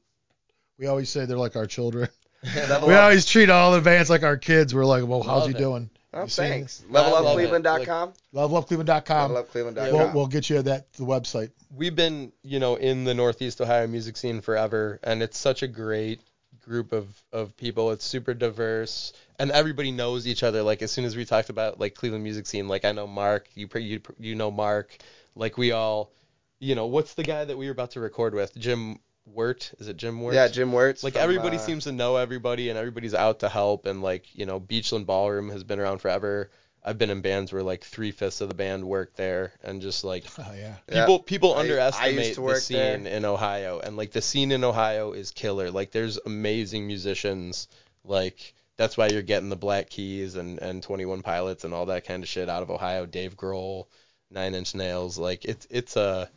S1: we always say they're like our children.
S2: Level
S1: We
S2: up.
S1: always treat all the bands like our kids. We're like, well, how's
S3: Love
S1: he
S3: it.
S1: doing?
S2: Oh,
S1: You seen
S2: thanks.
S3: I love it.
S2: Levelupcleveland.com.
S1: LoveLoveCleveland.com.
S2: Levelupcleveland.com.
S1: um, We'll, we'll get you that the website.
S3: we've been, you know, in the Northeast Ohio music scene forever, and it's such a great group of, of people. It's super diverse, and everybody knows each other. Like as soon as we talked about like Cleveland music scene, like I know Mark, you pr- you pr- you know Mark, like we all, you know, what's the guy that we were about to record with? Jim Wirt? Is it Jim Wirt?
S2: Yeah, Jim Wertz.
S3: like
S2: from,
S3: everybody
S2: uh,
S3: seems to know everybody and everybody's out to help and like you know beachland ballroom has been around forever i've been in bands where like three-fifths of the band work there and just like
S1: Oh yeah.
S2: Yeah.
S3: people people
S2: I- I used
S3: underestimate
S2: to
S3: the
S2: work there.
S3: scene in ohio and like the scene in ohio is killer like there's amazing musicians like that's why you're getting the black keys and and 21 pilots and all that kind of shit out of ohio dave grohl nine inch nails like it's it's a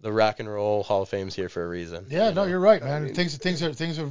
S3: the rock and roll hall of fame's here for a reason
S1: Yeah,
S3: you
S1: no,
S3: know?
S1: you're right, man. things things are things are.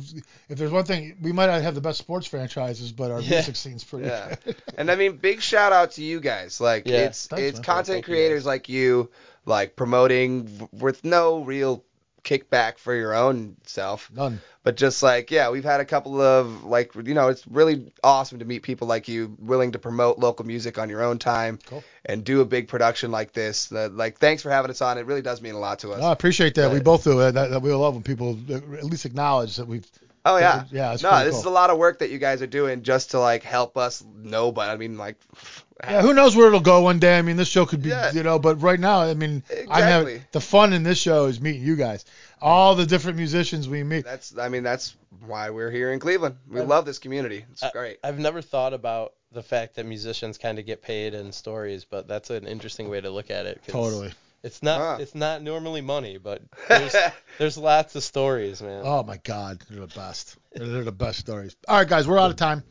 S1: If there's one thing, we might not have the best sports franchises, but our
S3: Yeah.
S1: music scene's pretty.
S2: Yeah. and I mean, big shout out to you guys. Like,
S3: Yeah.
S2: it's
S1: Thanks,
S2: it's
S1: man.
S2: content
S3: Thank you,
S2: creators like you, like promoting v- with no real kickback for your own self,
S1: None.
S2: but just like, yeah, we've had a couple of like, you know, it's really awesome to meet people like you, willing to promote local music on your own time,
S1: Cool.
S2: and do a big production like this. That- like, thanks for having us on. It really does mean a lot to us.
S1: No, I appreciate that. We
S3: Right.
S1: both do that, that. We love when people uh, at least acknowledge that we've.
S2: Oh yeah,
S1: Yeah, it's
S2: no,
S1: pretty
S2: this
S1: cool.
S2: is a lot of work that you guys are doing just to like help us know. But I mean, like,
S1: Yeah, who knows where it'll go one day? I mean, this show could be,
S2: Yeah.
S1: you know, but right now, I mean, I'm having
S2: Exactly.
S1: the fun in this show is meeting you guys, all the different musicians we meet.
S2: that's I mean that's why we're here in Cleveland. We love this community. It's
S1: Uh,
S3: I-
S2: great.
S3: I've never thought about the fact that musicians kind of get paid in stories, but that's an interesting way to look at it. 'cause
S1: Totally.
S3: It's not
S2: Huh.
S3: it's not normally money, but there's there's lots of stories, man.
S1: Oh my God, they're the best. They're, they're the best stories. All right, guys, we're out of time.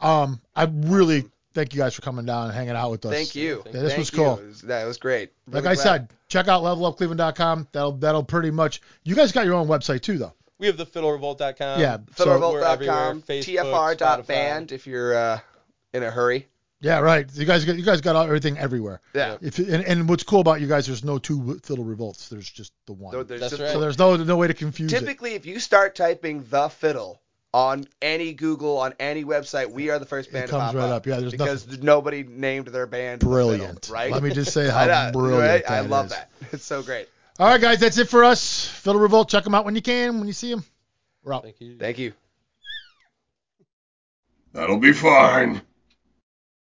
S1: Um, I really thank you guys for coming down and hanging out with us.
S2: Thank you.
S1: Yeah, this
S2: Thank
S1: was cool.
S2: you. It was- That was great.
S1: Like
S2: Really
S1: I
S2: glad.
S1: said, check out levelupcleveland.com. That'll that'll pretty much. You guys got your own website too, though.
S3: We have the
S2: Uh,
S3: fiddlerevolt.com.
S1: Yeah,
S3: so-
S1: so,
S3: we're everywhere,
S2: fiddlerevolt.com,
S3: Facebook,
S2: tfr.band if you're uh, in a hurry.
S1: yeah, right. You guys got you guys got all, everything everywhere.
S2: Yeah.
S1: If and, and what's cool about you guys, there's no two fiddle revolts. There's just the one.
S2: So there's
S3: That's
S2: just-
S3: right.
S1: so there's no no way to confuse it.
S2: Typically, if you start typing the fiddle on any Google on any website, we are the first band
S1: It comes
S2: to pop
S1: right
S2: up.
S1: up. Yeah, there's
S2: because nobody named their band The Fiddle,
S1: Brilliant.
S2: right?
S1: Let me just say
S2: I
S1: how
S2: know,
S1: brilliant
S2: right? I
S1: that
S2: love
S1: is.
S2: that. It's so great.
S1: All right, guys, that's it for us. Fiddle Revolt, check them out when you can, when you see them. We're out.
S3: Thank you.
S2: Thank you.
S5: That'll be fine.